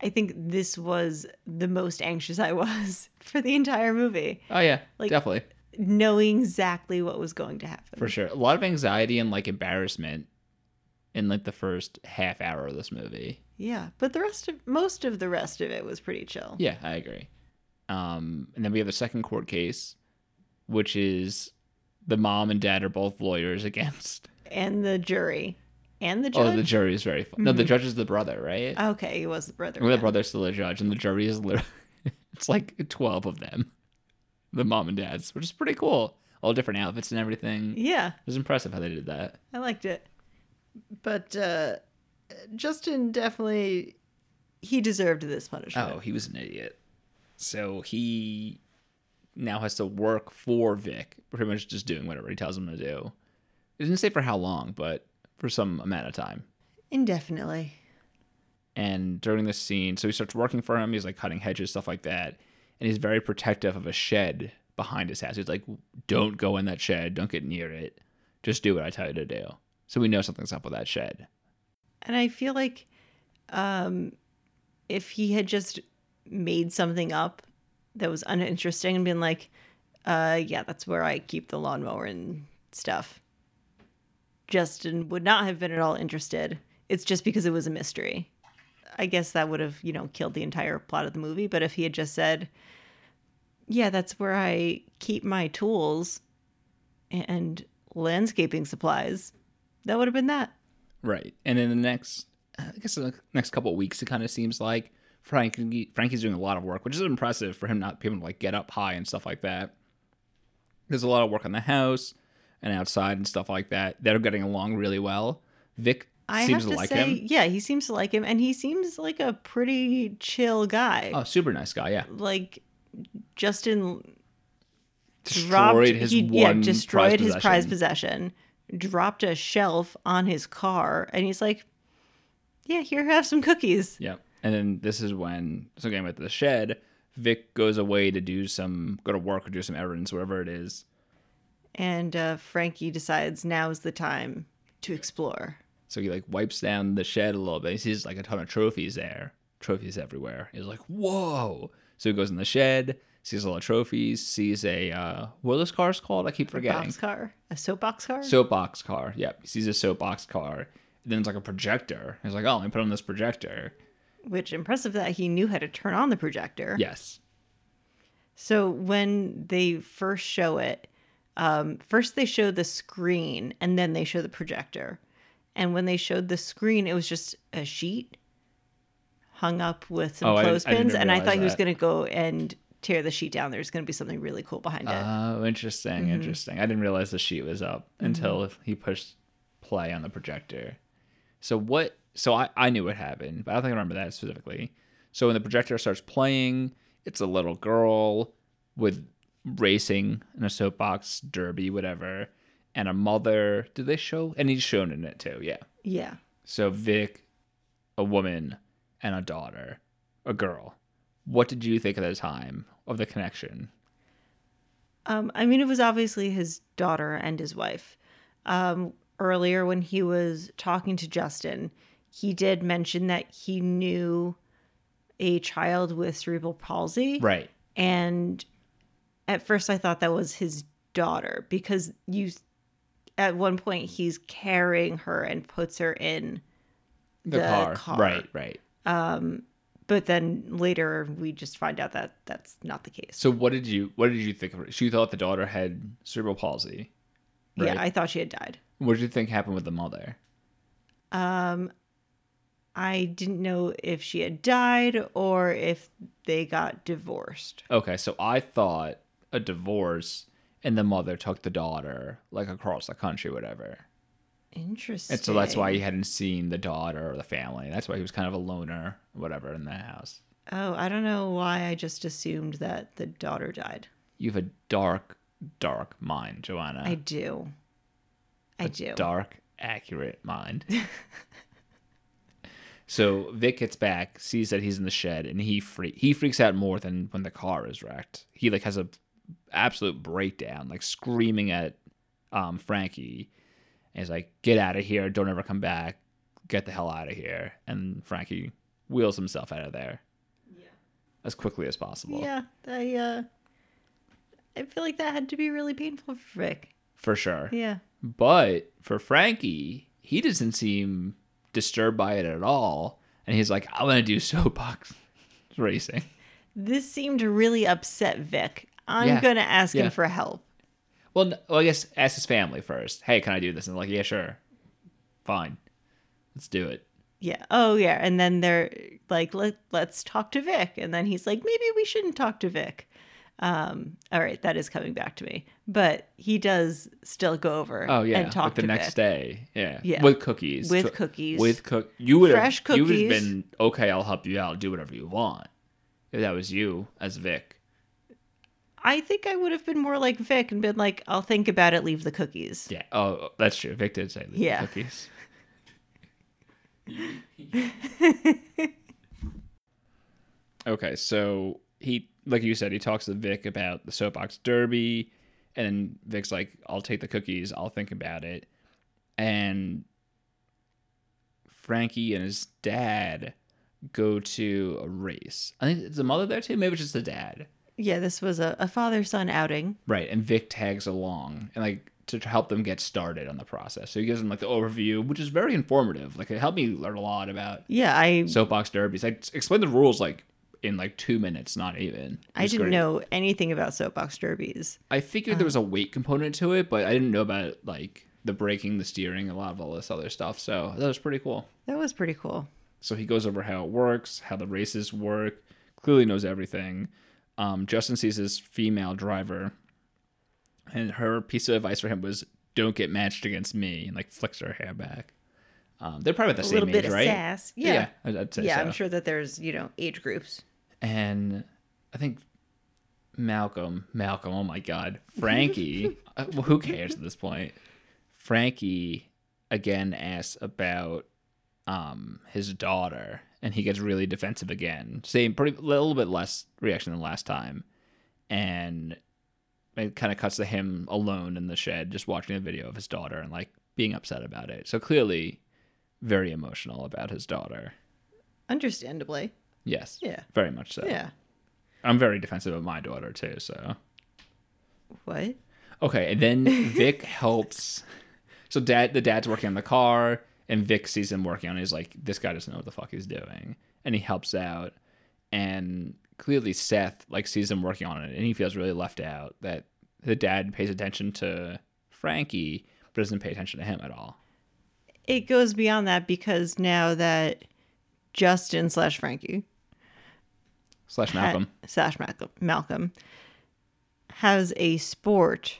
Speaker 2: I think this was the most anxious I was [LAUGHS] for the entire movie,
Speaker 1: Oh yeah,
Speaker 2: Like-
Speaker 1: definitely.
Speaker 2: knowing exactly what was going to happen.
Speaker 1: for sure. A lot of anxiety and like embarrassment in like the first half hour of this movie.
Speaker 2: Yeah, but the rest of most of the rest of it was pretty chill.
Speaker 1: Yeah, I agree. Um, and then we have the second court case, which is the mom and dad are both lawyers [LAUGHS] against.
Speaker 2: And the jury and the
Speaker 1: Oh, the
Speaker 2: judge. Mm-hmm. Uh,
Speaker 1: jury is very fun. No, the judge is the brother, right?
Speaker 2: okay, he was the brother.
Speaker 1: Well, the
Speaker 2: then.
Speaker 1: brother's still a judge, and the jury is literally, [LAUGHS] it's like twelve of them, the mom and dads, which is pretty cool. All different outfits and everything. It
Speaker 2: Yeah,
Speaker 1: was impressive how they did that.
Speaker 2: I liked it. But uh Justin definitely he deserved this punishment.
Speaker 1: Oh, he was an idiot. So he now has to work for Vic, pretty much just doing whatever he tells him to do. It didn't say for how long, but for some amount of time.
Speaker 2: Indefinitely.
Speaker 1: And during this scene, so he starts working for him. He's like cutting hedges, stuff like that. And he's very protective of a shed behind his house. He's like, don't go in that shed. Don't get near it. Just do what I tell you to do. So we know something's up with that shed.
Speaker 2: And I feel like um, if he had just made something up that was uninteresting and been like, uh, yeah, that's where I keep the lawnmower and stuff, Justin would not have been at all interested. It's just because it was a mystery. I guess that would have, you know, killed the entire plot of the movie. But if he had just said, yeah, that's where I keep my tools and landscaping supplies, that would have been that.
Speaker 1: Right. And in the next, I guess the next couple of weeks, it kind of seems like Frankie Frankie's doing a lot of work, which is impressive for him not being able to like get up high and stuff like that. There's a lot of work on the house and outside and stuff like that. They're getting along really well. Vic
Speaker 2: I
Speaker 1: seems
Speaker 2: have
Speaker 1: to
Speaker 2: to
Speaker 1: like
Speaker 2: say,
Speaker 1: him.
Speaker 2: yeah, he seems to like him, and he seems like a pretty chill guy.
Speaker 1: Oh, super nice guy. Yeah.
Speaker 2: Like Justin
Speaker 1: Destroyed
Speaker 2: dropped
Speaker 1: his
Speaker 2: he,
Speaker 1: one
Speaker 2: yeah, destroyed
Speaker 1: prize
Speaker 2: his prize possession, dropped a shelf on his car, and he's like, "Yeah, here, have some cookies."
Speaker 1: Yep. And then this is when so again with the shed, Vic goes away to do some go to work or do some errands, whatever it is.
Speaker 2: And uh, Frankie decides now is the time to explore.
Speaker 1: So he like wipes down the shed a little bit. He sees like a ton of trophies there, trophies everywhere. He's like, "Whoa!" So he goes in the shed, sees all the trophies, sees a uh, what are those cars called? I keep forgetting.
Speaker 2: Box car, a soapbox car.
Speaker 1: Soapbox car. Yep. He sees a soapbox car. And then it's like a projector. He's like, "Oh, let me put on this
Speaker 2: [LAUGHS]
Speaker 1: projector."
Speaker 2: which impressive that he knew how to turn on the projector.
Speaker 1: Yes.
Speaker 2: So when they first show it, um, first they show the screen and then they show the projector. And when they showed the screen, it was just a sheet hung up with some
Speaker 1: Oh, I didn't- I
Speaker 2: clothespins.
Speaker 1: didn't
Speaker 2: and I
Speaker 1: realize
Speaker 2: thought he was
Speaker 1: that.
Speaker 2: going to go and tear the sheet down. There's going to be something really cool behind it.
Speaker 1: Oh, interesting. Interesting. I didn't realize the sheet was up until he pushed play on the projector. So what? So I, I knew what happened, but I don't think I remember that specifically. So when the projector starts playing, it's a little girl with racing in a soapbox derby, whatever, and a mother. Did they show? And he's shown in it too. Yeah.
Speaker 2: yeah.
Speaker 1: So Vic, a woman, and a daughter, a girl. What did you think at the time of the connection?
Speaker 2: Um, I mean, it was obviously his daughter and his wife. Um, earlier, when he was talking to Justin, he did mention that he knew a child with cerebral palsy.
Speaker 1: Right.
Speaker 2: And at first, I thought that was his daughter because you, at one point, he's carrying her and puts her in. The car.
Speaker 1: Right. Right.
Speaker 2: But then later, we just find out that that's not the case.
Speaker 1: So what did you what did you think of her? She thought the daughter had cerebral palsy. Right.
Speaker 2: Yeah, I thought she had died.
Speaker 1: What did you think happened with the mother?
Speaker 2: I didn't know if she had died or if they got divorced.
Speaker 1: Okay, so I thought a divorce and the mother took the daughter like across the country, whatever.
Speaker 2: Interesting.
Speaker 1: And so that's why he hadn't seen the daughter or the family. That's why he was kind of a loner, whatever, in the house.
Speaker 2: Oh, I don't know why I just assumed that the daughter died.
Speaker 1: You have a dark, dark mind, Joanna.
Speaker 2: I do. I do.
Speaker 1: dark, accurate
Speaker 2: [LAUGHS]
Speaker 1: mind. so Vic gets back, sees that he's in the shed, and he freak he freaks out more than when the car is wrecked. He like has a absolute breakdown, like screaming at um, Frankie, and he's like, "Get out of here! Don't ever come back! Get the hell out of here!" And Frankie wheels himself out of there. As quickly as possible.
Speaker 2: yeah, I uh I feel like that had to be really painful for Rick.
Speaker 1: For sure.
Speaker 2: Yeah.
Speaker 1: But for Frankie, he doesn't seem disturbed by it at all. And he's like, I want to do [LAUGHS] soapbox racing.
Speaker 2: This seemed to really upset Vic. I'm
Speaker 1: Yeah.
Speaker 2: going to ask
Speaker 1: Yeah.
Speaker 2: him for help.
Speaker 1: Well, n- well, I guess ask his family first. Hey, can I do this? And they're like, yeah, sure. Fine. Let's do it.
Speaker 2: Yeah. Oh, yeah. And then they're like, Let, let's talk to Vic. And then he's like, maybe we shouldn't talk to Vic. Um, all right. That is coming back to me. But he does still go over
Speaker 1: Oh, yeah.
Speaker 2: and talk
Speaker 1: like the
Speaker 2: to
Speaker 1: next
Speaker 2: Vic.
Speaker 1: day. Yeah.
Speaker 2: Yeah.
Speaker 1: With cookies.
Speaker 2: With
Speaker 1: So-
Speaker 2: cookies.
Speaker 1: With cook. You would
Speaker 2: Fresh
Speaker 1: have, You would have
Speaker 2: cookies.
Speaker 1: been, okay, I'll help you out. Do whatever you want. If that was you as Vic.
Speaker 2: I think I would have been more like Vic and been like, I'll think about it, leave the cookies.
Speaker 1: Yeah. Oh, that's true. Vic did say leave
Speaker 2: Yeah.
Speaker 1: the
Speaker 2: [LAUGHS]
Speaker 1: cookies. okay, so he, like you said, he talks to Vic about the soapbox derby, and Vic's like, "I'll take the cookies. I'll think about it." And Frankie and his dad go to a race. I think is the mother there too. Maybe it's just the dad.
Speaker 2: Yeah. this was a, a father son outing.
Speaker 1: Right, and Vic tags along, and like to help them get started on the process. So he gives them like the overview, which is very informative. Like it helped me learn a lot about
Speaker 2: Yeah, I
Speaker 1: soapbox derbies. I explained the rules like in like two minutes, not even.
Speaker 2: I
Speaker 1: It's
Speaker 2: didn't
Speaker 1: great.
Speaker 2: know um, anything about soapbox derbies.
Speaker 1: I figured there was a weight component to it, but I didn't know about like the braking, the steering, a lot of all this other stuff. So that was pretty cool.
Speaker 2: That was pretty cool.
Speaker 1: So he goes over how it works, how the races work. Clearly knows everything. Um, Justin sees his female driver, and her piece of advice for him was, "Don't get matched against me," and like flicks her hair back. Um, they're probably about the
Speaker 2: A
Speaker 1: same
Speaker 2: little
Speaker 1: age,
Speaker 2: bit of
Speaker 1: right?
Speaker 2: sass. Yeah. Yeah,
Speaker 1: I'd, I'd say so.
Speaker 2: I'm sure that there's, you know, age groups.
Speaker 1: And I think Malcolm, Malcolm, oh my God, Frankie, uh, well, who cares at this point? Frankie again asks about um his daughter, and he gets really defensive again. Same, pretty little bit less reaction than last time, and it kind of cuts to him alone in the shed, just watching a video of his daughter and like being upset about it. So clearly, very emotional about his daughter.
Speaker 2: Understandably.
Speaker 1: Yes,
Speaker 2: Yeah.
Speaker 1: very much so.
Speaker 2: Yeah.
Speaker 1: I'm very defensive of my daughter too, so.
Speaker 2: What?
Speaker 1: Okay, and then Vic helps. So dad the dad's working on the car and Vic sees him working on it. He's like, this guy doesn't know what the fuck he's doing. And he helps out. And clearly Seth like sees him working on it and he feels really left out that the dad pays attention to Frankie but doesn't pay attention to him at all.
Speaker 2: It goes beyond that because now that Justin slash Frankie
Speaker 1: Slash Malcolm.
Speaker 2: At, slash Malcolm, Malcolm has a sport.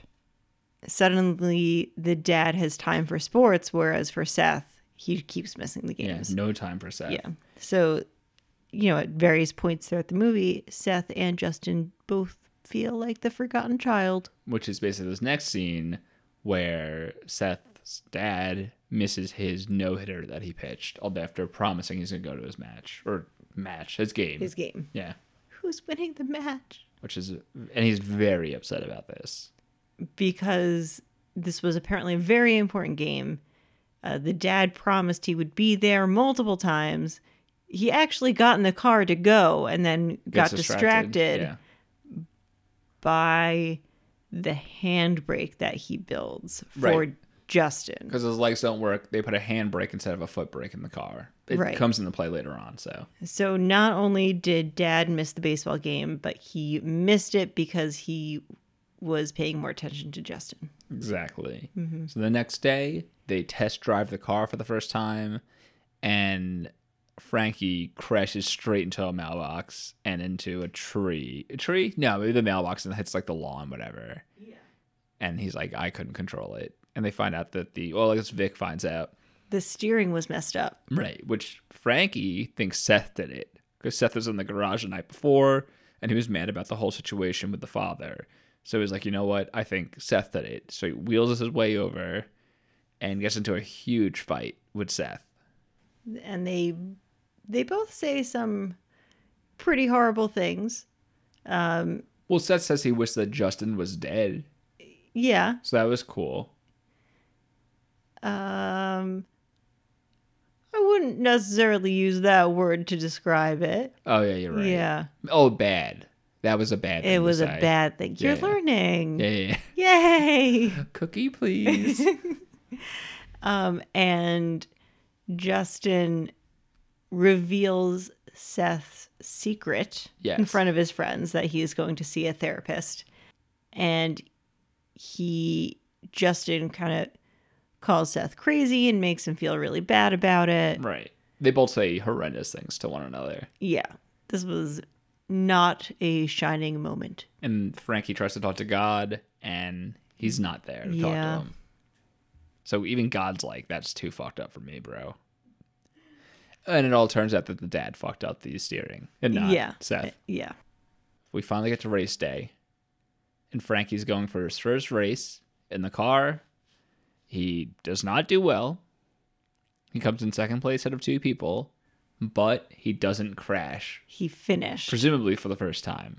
Speaker 2: Suddenly, the dad has time for sports, whereas for Seth, he keeps missing the
Speaker 1: Yeah,
Speaker 2: games.
Speaker 1: no time for Seth.
Speaker 2: Yeah. So, you know, at various points throughout the movie, Seth and Justin both feel like the forgotten child.
Speaker 1: which is basically this next scene where Seth's dad misses his no hitter that he pitched, all after promising he's gonna go to his match or match his game.
Speaker 2: His game.
Speaker 1: yeah,
Speaker 2: Who's winning the match?
Speaker 1: which is and he's very upset about this.
Speaker 2: Because this was apparently a very important game. Uh, the dad promised he would be there multiple times. He actually got in the car to go and then got
Speaker 1: Gets
Speaker 2: distracted,
Speaker 1: Yeah,
Speaker 2: by the handbrake that he builds for
Speaker 1: Right.
Speaker 2: Justin.
Speaker 1: because his legs don't work. They put a handbrake instead of a foot brake in the car. It
Speaker 2: Right.
Speaker 1: comes into play later on. So
Speaker 2: So not only did dad miss the baseball game, but he missed it because he was paying more attention to Justin.
Speaker 1: Exactly. So the next day, they test drive the car for the first time, and Frankie crashes straight into a mailbox and into a tree. A tree? No, maybe the mailbox and hits like the lawn, whatever. Yeah. And he's like, I couldn't control it. And they find out that the, well, I guess Vic finds out,
Speaker 2: The steering was messed up.
Speaker 1: right? Which Frankie thinks Seth did it because Seth was in the garage the night before and he was mad about the whole situation with the father. So he's like, you know what? I think Seth did it. So he wheels his way over and gets into a huge fight with Seth.
Speaker 2: And they they both say some pretty horrible things.
Speaker 1: Well, Seth says he wished that Justin was dead.
Speaker 2: Yeah.
Speaker 1: So that was cool.
Speaker 2: Um I wouldn't necessarily use that word to describe it.
Speaker 1: Oh, yeah, you're right.
Speaker 2: Yeah.
Speaker 1: Oh, bad. That was a bad thing.
Speaker 2: It
Speaker 1: to
Speaker 2: was a
Speaker 1: say.
Speaker 2: bad thing. You're
Speaker 1: Yeah.
Speaker 2: learning.
Speaker 1: Yeah, yeah,
Speaker 2: Yay.
Speaker 1: yeah. [LAUGHS] Cookie, please.
Speaker 2: Um, and Justin reveals Seth's secret in
Speaker 1: Yes.
Speaker 2: front of his friends that he is going to see a therapist. And he, Justin, kind of calls Seth crazy and makes him feel really bad about it.
Speaker 1: [LAUGHS] right. They both say horrendous things to one another.
Speaker 2: Yeah, this was not a shining moment.
Speaker 1: and Frankie tries to talk to God, and he's not there to talk
Speaker 2: Yeah.
Speaker 1: to him. So even God's like, "That's too fucked up for me, bro." And it all turns out that the dad fucked up the steering, and not
Speaker 2: yeah.
Speaker 1: Seth.
Speaker 2: Yeah.
Speaker 1: We finally get to race day, and Frankie's going for his first race in the car. He does not do well. He comes in second place out of two people, but he doesn't crash,
Speaker 2: He finished.
Speaker 1: presumably for the first time.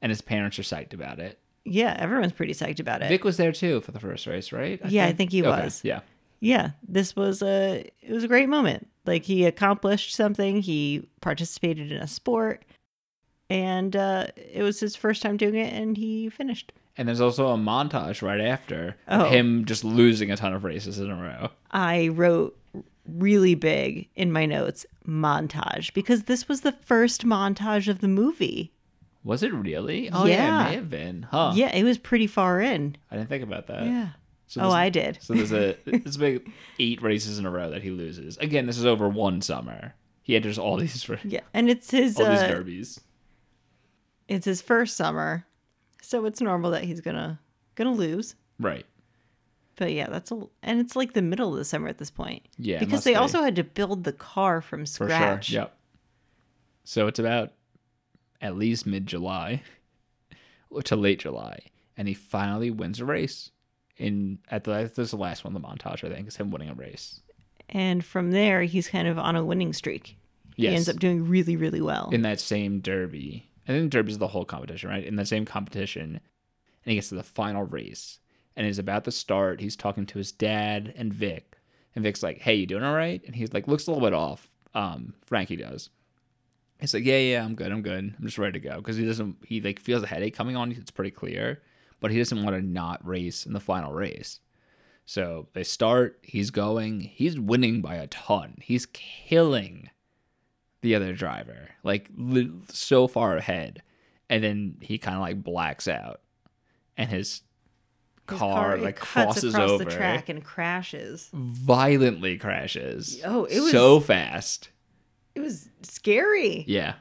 Speaker 1: And his parents are psyched about it.
Speaker 2: yeah, everyone's pretty psyched about it.
Speaker 1: Vic was there too for the first race, right?
Speaker 2: Yeah, I think he was.
Speaker 1: Yeah,
Speaker 2: yeah, this was a it was a great moment. Like he accomplished something. He participated in a sport, and uh, it was his first time doing it, and he finished.
Speaker 1: And there's also a montage right after
Speaker 2: Oh.
Speaker 1: of him just losing a ton of races in a row.
Speaker 2: I wrote really big in my notes montage because this was the first montage of the movie.
Speaker 1: Was it really? Oh yeah, it
Speaker 2: Yeah.
Speaker 1: may have been. Huh.
Speaker 2: Yeah, it was pretty far in.
Speaker 1: I didn't think about that.
Speaker 2: Yeah.
Speaker 1: So
Speaker 2: oh,
Speaker 1: this-
Speaker 2: I did.
Speaker 1: So there's
Speaker 2: [LAUGHS]
Speaker 1: a there's big eight races in a row that he loses. Again, this is over one summer. He enters all these ra-
Speaker 2: Yeah, and it's his
Speaker 1: all these
Speaker 2: uh,
Speaker 1: derbies.
Speaker 2: it's his first summer, so it's normal that he's gonna gonna lose.
Speaker 1: Right.
Speaker 2: But yeah, that's a and it's like the middle of the summer at this point.
Speaker 1: Yeah, it
Speaker 2: because
Speaker 1: must
Speaker 2: they
Speaker 1: be.
Speaker 2: also had to build the car from
Speaker 1: For
Speaker 2: scratch.
Speaker 1: sure. Yep. So it's about at least mid July [LAUGHS] or to late July, and he finally wins a race. In at the this is the last one, the montage I think is him winning a race.
Speaker 2: And from there, he's kind of on a winning streak.
Speaker 1: Yes.
Speaker 2: He ends up doing really, really well.
Speaker 1: in that same derby. I think derby's the whole competition, right? In that same competition, and he gets to the final race, and is about to start. He's talking to his dad and Vic, and Vic's like, "Hey, you doing all right?" And he's like, looks a little bit off. Um, Frankie does. He's like, "Yeah, yeah, I'm good, I'm good, I'm just ready to go." Because he doesn't, he like feels a headache coming on. It's pretty clear, but he doesn't want to not race in the final race. So they start. He's going. He's winning by a ton. He's killing the other driver, like li- so far ahead, and then he kind of like blacks out, and his,
Speaker 2: His
Speaker 1: car
Speaker 2: it
Speaker 1: like
Speaker 2: cuts
Speaker 1: crosses
Speaker 2: across
Speaker 1: over, eh?
Speaker 2: the track and crashes.
Speaker 1: violently crashes.
Speaker 2: Oh, it was-
Speaker 1: so fast.
Speaker 2: It was scary.
Speaker 1: Yeah,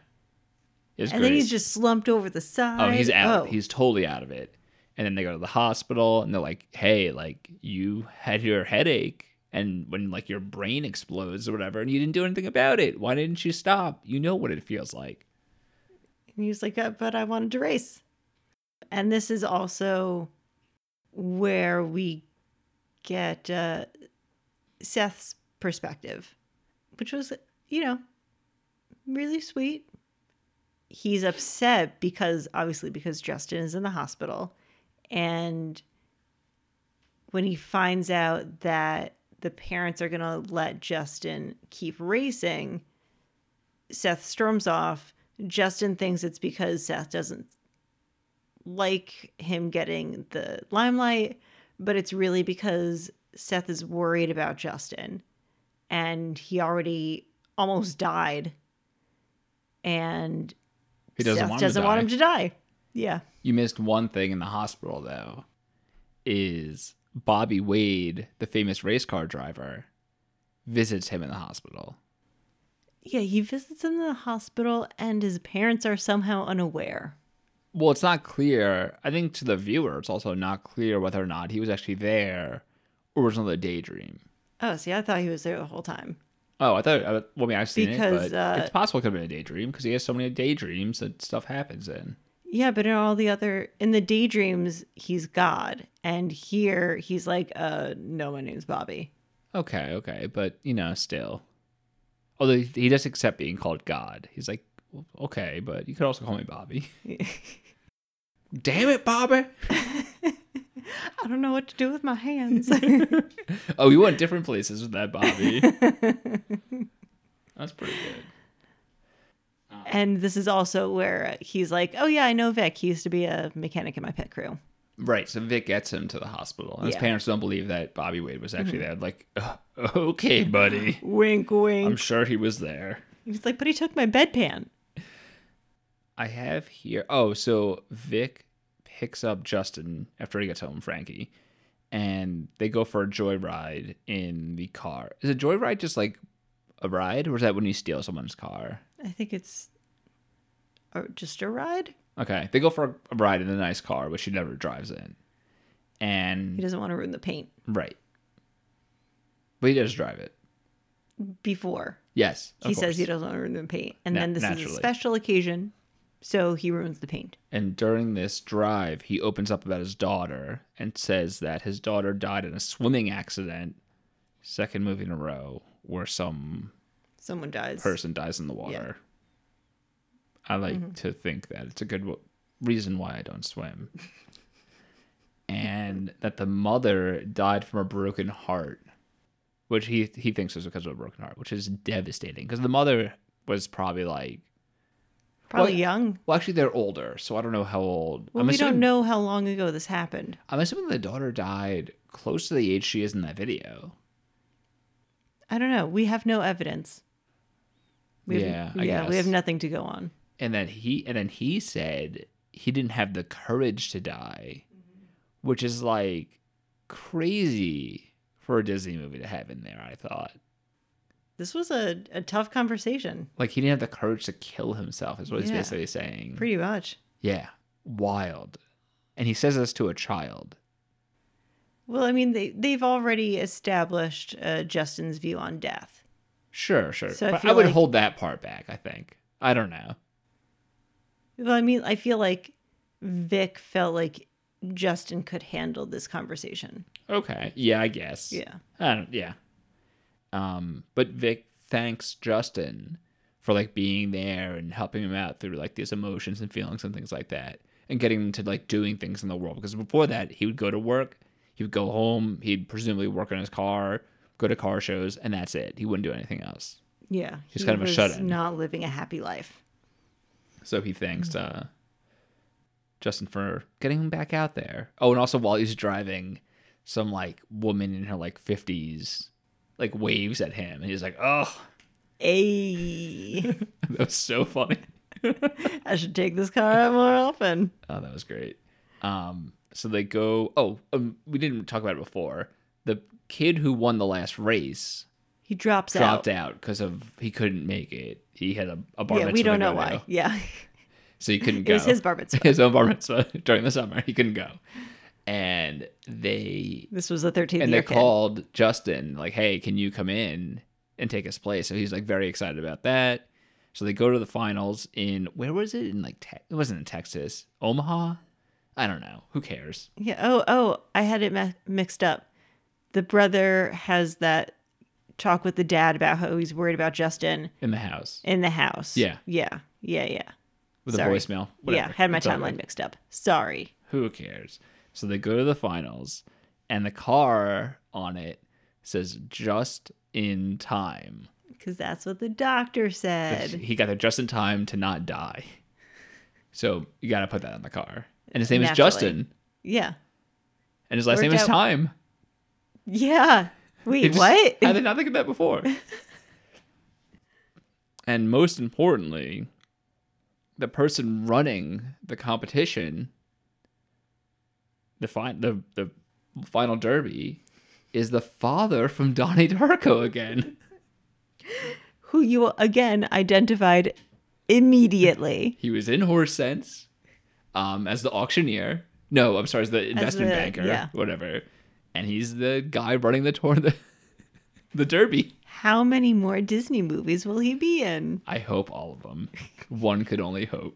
Speaker 1: it was
Speaker 2: and
Speaker 1: great.
Speaker 2: then he's just slumped over the side.
Speaker 1: oh, he's out.
Speaker 2: Oh.
Speaker 1: He's totally out of it. And then they go to the hospital, and they're like, "Hey, like you had your headache." And when like your brain explodes or whatever, and you didn't do anything about it, why didn't you stop? You know what it feels like.
Speaker 2: And he was like, "Uh, but I wanted to race. And this is also where we get uh, Seth's perspective, which was, you know, really sweet. He's upset because, obviously, because Justin is in the hospital. And when he finds out that the parents are going to let Justin keep racing, Seth storms off. Justin thinks it's because Seth doesn't like him getting the limelight, but it's really because Seth is worried about Justin and he already almost died. And
Speaker 1: He doesn't
Speaker 2: Seth
Speaker 1: want him to
Speaker 2: doesn't want
Speaker 1: die.
Speaker 2: him to die. Yeah.
Speaker 1: You missed one thing in the hospital though, is Bobby Wade, the famous race car driver, visits him in the hospital.
Speaker 2: Yeah, he visits him in the hospital and his parents are somehow unaware.
Speaker 1: Well, it's not clear. I think to the viewer, it's also not clear whether or not he was actually there or was on the daydream.
Speaker 2: Oh, see, I thought he was there the whole time.
Speaker 1: Oh, I thought. I- Well, I mean, I've seen
Speaker 2: Because,
Speaker 1: it, but
Speaker 2: uh,
Speaker 1: it's possible it could have been a daydream because he has so many daydreams that stuff happens in.
Speaker 2: Yeah, but in all the other in the daydreams, he's God, and here he's like, uh, no, my name's Bobby.
Speaker 1: Okay, okay, but you know, still. Although he- he does accept being called God, he's like, "Well, okay, but you could also call me
Speaker 2: [LAUGHS]
Speaker 1: Bobby. Damn it, Bobby!
Speaker 2: I don't know what to do with
Speaker 1: [LAUGHS]
Speaker 2: my hands. [LAUGHS]
Speaker 1: Oh, you went different places with that, Bobby. That's pretty good.
Speaker 2: and this is also where he's like, oh yeah, I know Vic. He used to be a mechanic in my pit crew.
Speaker 1: Right, so Vic gets him to the hospital. and His
Speaker 2: Yeah. Mm-hmm.
Speaker 1: parents don't believe that Bobby Wade was actually there. Like, "Uh, okay,
Speaker 2: [GASPS]
Speaker 1: buddy.
Speaker 2: Wink, wink.
Speaker 1: I'm sure he was there.
Speaker 2: he's like, but he took my bedpan.
Speaker 1: I have here. Oh, so Vic picks up Justin after he gets home, Frankie, and they go for a joyride in the car. Is a joyride just like a ride, or is that when you steal someone's car?
Speaker 2: I think it's or just a ride.
Speaker 1: Okay, they go for a ride in a nice car, which he never drives in,
Speaker 2: He
Speaker 1: and
Speaker 2: doesn't want to ruin the paint
Speaker 1: right, but he does drive it.
Speaker 2: before.
Speaker 1: Yes, of
Speaker 2: He says
Speaker 1: course.
Speaker 2: he doesn't want to ruin the paint. And
Speaker 1: Na-
Speaker 2: then this is
Speaker 1: naturally.
Speaker 2: a special occasion, so he ruins the paint.
Speaker 1: And during this drive, he opens up about his daughter and says that his daughter died in a swimming accident, second movie in a row, where some
Speaker 2: Someone dies.
Speaker 1: person dies in the water. I like
Speaker 2: Mm-hmm.
Speaker 1: to think that it's a good w- reason why I don't
Speaker 2: [LAUGHS]
Speaker 1: swim. and that the mother died from a broken heart, which he he thinks is because of a broken heart, which is devastating because the mother was probably like
Speaker 2: Probably
Speaker 1: Well,
Speaker 2: young.
Speaker 1: Well, actually, they're older, so I don't know how old.
Speaker 2: Well,
Speaker 1: I'm
Speaker 2: we
Speaker 1: assuming,
Speaker 2: don't know how long ago this happened.
Speaker 1: I'm assuming the daughter died close to the age she is in that video.
Speaker 2: I don't know. We have no evidence. We
Speaker 1: Yeah,
Speaker 2: have,
Speaker 1: I
Speaker 2: yeah, we have
Speaker 1: guess.
Speaker 2: nothing to go on.
Speaker 1: and then he and then he said he didn't have the courage to die which is like crazy for a disney movie to have in there i thought
Speaker 2: This was a, a tough conversation,
Speaker 1: like he didn't have the courage to kill himself is what he's
Speaker 2: Yeah.
Speaker 1: basically saying
Speaker 2: pretty much.
Speaker 1: yeah wild and he says this to a child
Speaker 2: Well, I mean, they they've already established uh, Justin's view on death.
Speaker 1: sure sure
Speaker 2: So I
Speaker 1: but i
Speaker 2: feel
Speaker 1: would
Speaker 2: like-
Speaker 1: hold that part back i think i don't know
Speaker 2: Well, I mean, I feel like Vic felt like Justin could handle this conversation.
Speaker 1: okay yeah i guess
Speaker 2: Yeah.
Speaker 1: I don't, yeah. Um, but Vic thanks Justin for like being there and helping him out through like these emotions and feelings and things like that, and getting him to like doing things in the world. Because before that, he would go to work, he would go home, he'd presumably work on his car, go to car shows, and that's it. He wouldn't do anything else.
Speaker 2: Yeah.
Speaker 1: He's kind of a
Speaker 2: was
Speaker 1: shut-in.
Speaker 2: Not living a happy life.
Speaker 1: So he thanks uh, Justin for getting him back out there. Oh, and also while he's driving, some like woman in her like fifties like waves at him, and he's like, "Oh,
Speaker 2: Ay.
Speaker 1: that was so funny."
Speaker 2: [LAUGHS] I should take this car out more often.
Speaker 1: Oh, that was great. Um, so they go. Oh, um, we didn't talk about it before. The kid who won the last race
Speaker 2: He drops
Speaker 1: dropped
Speaker 2: out.
Speaker 1: out because of he couldn't make it. He had a, a bar
Speaker 2: Yeah,
Speaker 1: mitzvah
Speaker 2: we don't
Speaker 1: to
Speaker 2: know
Speaker 1: go
Speaker 2: why.
Speaker 1: to,
Speaker 2: Yeah. [LAUGHS]
Speaker 1: so he couldn't
Speaker 2: It
Speaker 1: go.
Speaker 2: was his bar mitzvah.
Speaker 1: [LAUGHS] his own bar mitzvah [LAUGHS] during the summer. He couldn't go, and they
Speaker 2: This was the 13th
Speaker 1: and
Speaker 2: year
Speaker 1: they
Speaker 2: kid.
Speaker 1: called Justin like, "Hey, can you come in and take his place?" So he's like very excited about that. So they go to the finals in where was it? In like te- it wasn't in Texas, Omaha. I don't know. Who cares?
Speaker 2: Yeah. Oh, oh, I had it mi- mixed up. The brother has that talk with the dad about how he's worried about Justin
Speaker 1: In the house
Speaker 2: in the house.
Speaker 1: Yeah.
Speaker 2: Yeah. Yeah. Yeah.
Speaker 1: with
Speaker 2: Sorry.
Speaker 1: a voicemail. Whatever.
Speaker 2: Yeah. Had my
Speaker 1: It's all
Speaker 2: timeline
Speaker 1: good.
Speaker 2: mixed up. Sorry.
Speaker 1: Who cares? So they go to the finals, and the car on it says "just in time."
Speaker 2: Because that's what the doctor said.
Speaker 1: He got there just in time to not die. So you got to put that on the car. And his name
Speaker 2: Naturally.
Speaker 1: is Justin,
Speaker 2: Yeah.
Speaker 1: and his last
Speaker 2: Worked
Speaker 1: name is
Speaker 2: out-
Speaker 1: Time.
Speaker 2: Yeah.
Speaker 1: They
Speaker 2: Wait,
Speaker 1: just-
Speaker 2: what?
Speaker 1: I did not think of that before. [LAUGHS] and most importantly, the person running the competition, the fi- the the final derby, is the father from Donnie Darko again.
Speaker 2: Who you again identified immediately
Speaker 1: He was in Horse Sense, um, as the auctioneer. No, I'm sorry, as the investment
Speaker 2: the-
Speaker 1: banker,
Speaker 2: yeah.
Speaker 1: whatever. And he's the guy running the tour, the, [LAUGHS] the derby.
Speaker 2: how many more Disney movies will he be in?
Speaker 1: I hope all of
Speaker 2: [LAUGHS]
Speaker 1: them. One could only hope.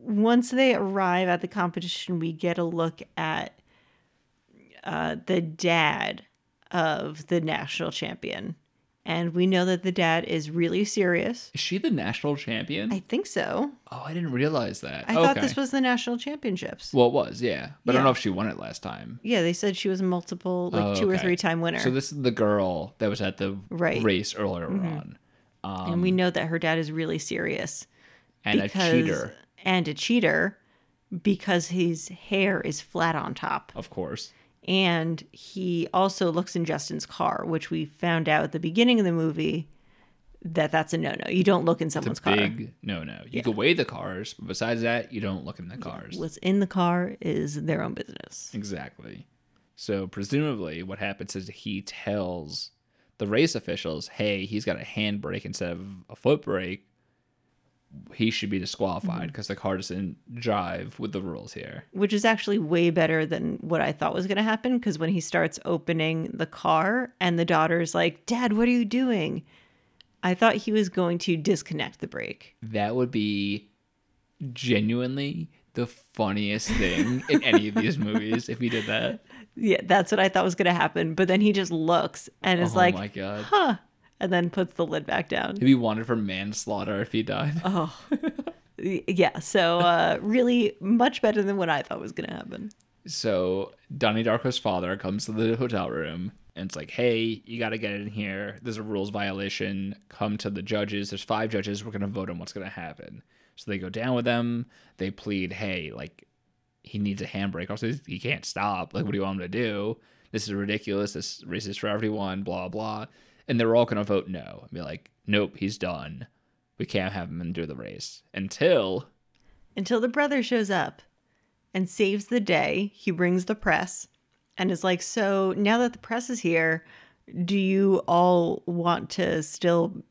Speaker 2: Once they arrive at the competition, we get a look at uh, the dad of the national champion. And we know that the dad is really serious.
Speaker 1: Is she the national champion?
Speaker 2: I think so.
Speaker 1: oh, I didn't realize that.
Speaker 2: I
Speaker 1: okay.
Speaker 2: thought this was the national championships.
Speaker 1: Well, it was, yeah. But I
Speaker 2: Yeah.
Speaker 1: don't know if she won it last time.
Speaker 2: yeah, they said she was a multiple, like
Speaker 1: Oh,
Speaker 2: two or
Speaker 1: okay.
Speaker 2: three time winner.
Speaker 1: So this is the girl that was at the
Speaker 2: Right. Mm-hmm.
Speaker 1: race earlier on.
Speaker 2: and we know that her dad is really serious.
Speaker 1: And a cheater,
Speaker 2: and a cheater because his hair is flat on top
Speaker 1: of course.
Speaker 2: and he also looks in Justin's car which we found out at the beginning of the movie that that's a no-no you don't look in someone's car
Speaker 1: Big no no. You could weigh the cars, but besides that, you don't look in the cars.
Speaker 2: what's in the car is their own business
Speaker 1: Exactly. So presumably what happens is he tells the race officials, hey, he's got a handbrake instead of a foot brake. He should be disqualified
Speaker 2: Mm-hmm.
Speaker 1: because the car doesn't jive with the rules here.
Speaker 2: which is actually way better than what I thought was going to happen because when he starts opening the car and the daughter's like dad what are you doing I thought he was going to disconnect the brake
Speaker 1: That would be genuinely the funniest thing in any of
Speaker 2: [LAUGHS]
Speaker 1: these movies if he did that.
Speaker 2: Yeah, that's what I thought was going to happen. But then he just looks and is
Speaker 1: oh
Speaker 2: like,
Speaker 1: my god.
Speaker 2: huh, and then puts the lid back down.
Speaker 1: He'd be wanted for manslaughter if he died.
Speaker 2: Oh. Y- Yeah, so uh, really much better than what I thought was going to happen.
Speaker 1: So Donnie Darko's father comes to the hotel room And it's like, hey, you got to get in here. There's a rules violation. Come to the judges. There's five judges. We're going to vote on what's going to happen. So they go down with them. They plead, hey, like, he needs a handbrake. Also, he's- he can't stop. Like, what do you want him to do? This is ridiculous. This is racist for everyone, blah, blah. And they're all going to vote no and be like, nope, he's done. We can't have him endure the race until
Speaker 2: until the brother shows up and saves the day. He brings the press and is like, So now that the press is here, do you all want to still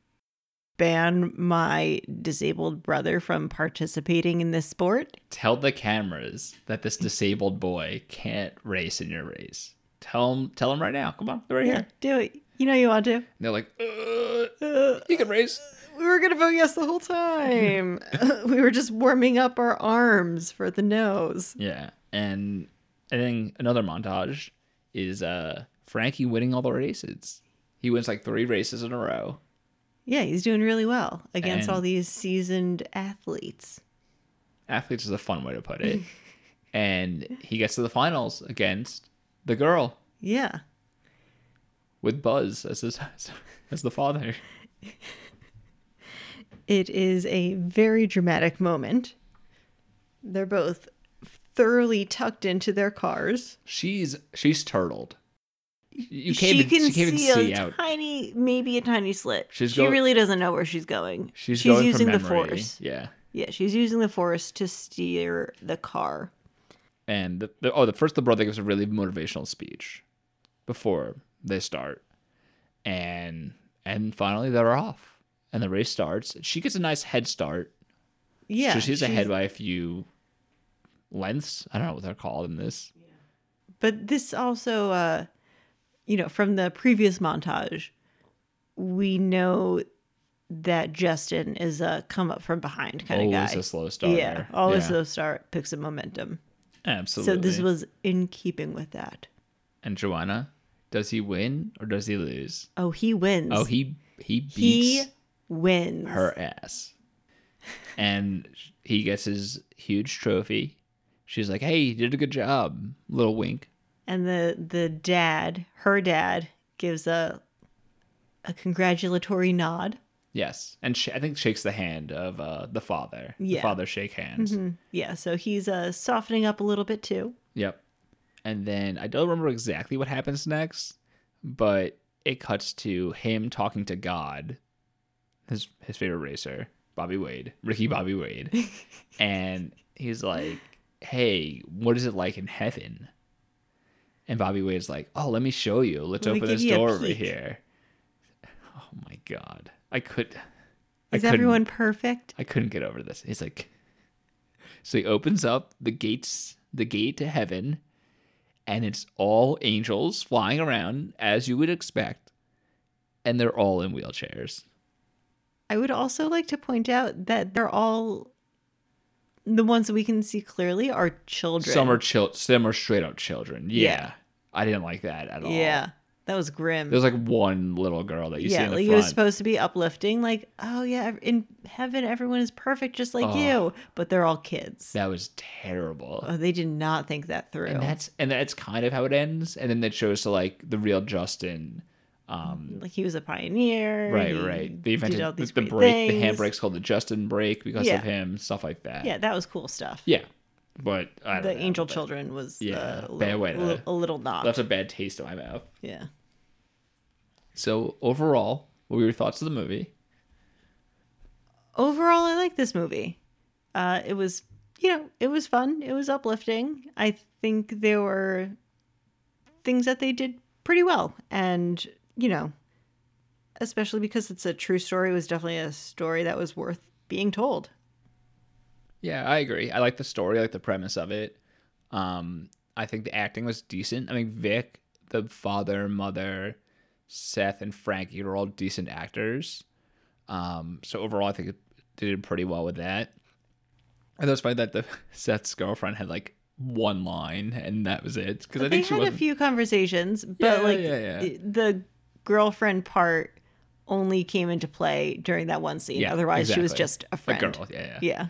Speaker 2: ban my disabled brother from participating in this sport?
Speaker 1: tell the cameras that this disabled boy can't race in your race. Tell him, tell him right now. Come on, they're right here.
Speaker 2: Do it. You know you want to.
Speaker 1: And they're like, uh, you can race.
Speaker 2: We were going to vote yes the whole [LAUGHS] time. we were just warming up our arms for the nose.
Speaker 1: Yeah, and I think another montage is uh Frankie winning all the races. He wins like three races in a row.
Speaker 2: Yeah, he's doing really well against
Speaker 1: And-
Speaker 2: all these seasoned athletes.
Speaker 1: Athletes is a fun way to put
Speaker 2: [LAUGHS]
Speaker 1: it. and he gets to the finals against the girl
Speaker 2: Yeah.
Speaker 1: with Buzz as his as the father.
Speaker 2: It is a very dramatic moment. They're both thoroughly tucked into their cars.
Speaker 1: She's she's turtled. You can't
Speaker 2: she
Speaker 1: even,
Speaker 2: can
Speaker 1: she can't
Speaker 2: see,
Speaker 1: even see
Speaker 2: a
Speaker 1: out.
Speaker 2: tiny, maybe a tiny slit.
Speaker 1: She's
Speaker 2: she
Speaker 1: go-
Speaker 2: really doesn't know where she's going.
Speaker 1: She's, going
Speaker 2: using
Speaker 1: from
Speaker 2: the
Speaker 1: memory.
Speaker 2: force.
Speaker 1: Yeah.
Speaker 2: Yeah, she's using the force to steer the car.
Speaker 1: and the, the oh the first the brother gives a really motivational speech before they start and and finally they're off and the race starts she gets a nice head start
Speaker 2: Yeah,
Speaker 1: so she's, ahead by a few lengths i don't know what they're called in this
Speaker 2: But this also, uh, you know, from the previous montage, we know that Justin is a come up from behind kind of guy.
Speaker 1: always Oh, a slow starter
Speaker 2: Yeah, always the start picks up momentum.
Speaker 1: absolutely
Speaker 2: So this was in keeping with that.
Speaker 1: and joanna does he win or does he lose
Speaker 2: Oh, he wins.
Speaker 1: oh he he beats
Speaker 2: he wins.
Speaker 1: her ass. And he gets his huge trophy. She's like, "Hey, you did a good job." Little wink.
Speaker 2: And the the dad, her dad, gives a a congratulatory nod.
Speaker 1: Yes, and sh- I think shakes the hand of uh, the father. The
Speaker 2: Yeah.
Speaker 1: father shake hands.
Speaker 2: Yeah, so he's uh, softening up a little bit too.
Speaker 1: Yep. And then I don't remember exactly what happens next, but it cuts to him talking to God, his his favorite racer, Bobby Wade, Ricky
Speaker 2: Mm-hmm.
Speaker 1: Bobby
Speaker 2: [LAUGHS]
Speaker 1: Wade, and he's like, "Hey, what is it like in heaven?" And Bobby Wade's like, "Oh, let me show you. Let's
Speaker 2: Let me
Speaker 1: open
Speaker 2: give
Speaker 1: this
Speaker 2: you a
Speaker 1: door over
Speaker 2: peek."
Speaker 1: here." Oh my god, I could. I
Speaker 2: Is
Speaker 1: couldn't-
Speaker 2: everyone perfect?
Speaker 1: I couldn't get over this. He's like, so he opens up the gates, the gate to heaven, and it's all angels flying around as you would expect, and they're all in wheelchairs.
Speaker 2: I would also like to point out that they're all the ones that we can see clearly are children.
Speaker 1: Some are chil- some are straight up children. Yeah.
Speaker 2: Yeah.
Speaker 1: I didn't like that at all.
Speaker 2: Yeah, that was grim.
Speaker 1: there's like one little girl that you see
Speaker 2: yeah,
Speaker 1: in the
Speaker 2: like it
Speaker 1: front.
Speaker 2: was supposed to be uplifting, like, oh yeah, ev- in heaven everyone is perfect just like
Speaker 1: Oh.
Speaker 2: you, but they're all kids.
Speaker 1: that was terrible.
Speaker 2: Oh, they did not think that through.
Speaker 1: and that's and that's kind of how it ends. And then it shows to like the real Justin. Um,
Speaker 2: like he was a pioneer.
Speaker 1: Right,
Speaker 2: he
Speaker 1: right. They
Speaker 2: did
Speaker 1: invented
Speaker 2: all these
Speaker 1: the
Speaker 2: great
Speaker 1: brake, the
Speaker 2: things.
Speaker 1: handbrake's called the Justin brake because
Speaker 2: Yeah.
Speaker 1: of him, stuff like that.
Speaker 2: Yeah, that was cool stuff.
Speaker 1: Yeah. But I don't
Speaker 2: the
Speaker 1: know,
Speaker 2: angel
Speaker 1: but
Speaker 2: children was
Speaker 1: Yeah,
Speaker 2: uh, a,
Speaker 1: bad
Speaker 2: little,
Speaker 1: way to-
Speaker 2: li- a little knock.
Speaker 1: Left a bad taste in my mouth.
Speaker 2: yeah.
Speaker 1: So overall, what were your thoughts of the movie?
Speaker 2: overall i like this movie uh it was you know it was fun it was uplifting i think there were things that they did pretty well and you know especially because it's a true story it was definitely a story that was worth being told
Speaker 1: Yeah, I agree. I like the story, I like the premise of it. Um, I think the acting was decent. I mean, Vic, the father, mother, Seth, and Frankie are all decent actors. Um, so overall, I think it did pretty well with that. I thought it was funny that the [LAUGHS] Seth's girlfriend had like one line, and that was it. Because I
Speaker 2: they
Speaker 1: think she
Speaker 2: had a
Speaker 1: wasn't.
Speaker 2: few conversations but
Speaker 1: Yeah,
Speaker 2: like
Speaker 1: yeah, yeah.
Speaker 2: the girlfriend part only came into play during that one scene
Speaker 1: Yeah,
Speaker 2: otherwise she was
Speaker 1: exactly.
Speaker 2: just a friend
Speaker 1: girl, yeah, yeah.
Speaker 2: yeah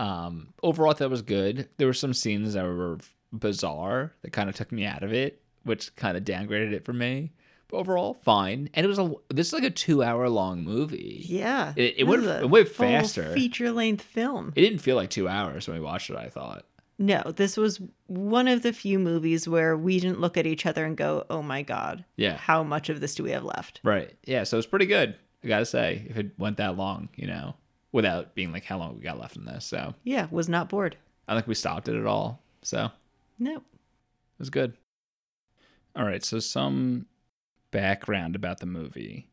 Speaker 1: Um, overall, I thought it was good. There were some scenes that were bizarre that kind of took me out of it, which kind of downgraded it for me. overall fine, and it was a this is like a two hour long movie.
Speaker 2: Yeah.
Speaker 1: It- it
Speaker 2: this
Speaker 1: went-
Speaker 2: is a
Speaker 1: it went
Speaker 2: full
Speaker 1: faster.
Speaker 2: Feature-length film.
Speaker 1: It didn't feel like two hours when we watched it. I thought
Speaker 2: No, this was one of the few movies where we didn't look at each other and go, "Oh my god,
Speaker 1: Yeah.
Speaker 2: how much of this do we have left?"
Speaker 1: right, yeah. So it's pretty good. I gotta say, if it went that long, you know, without being like how long we got left in this, so
Speaker 2: Yeah, was not bored.
Speaker 1: I don't think we stopped it at all. So
Speaker 2: No.
Speaker 1: It was good. All right, so some background about the movie,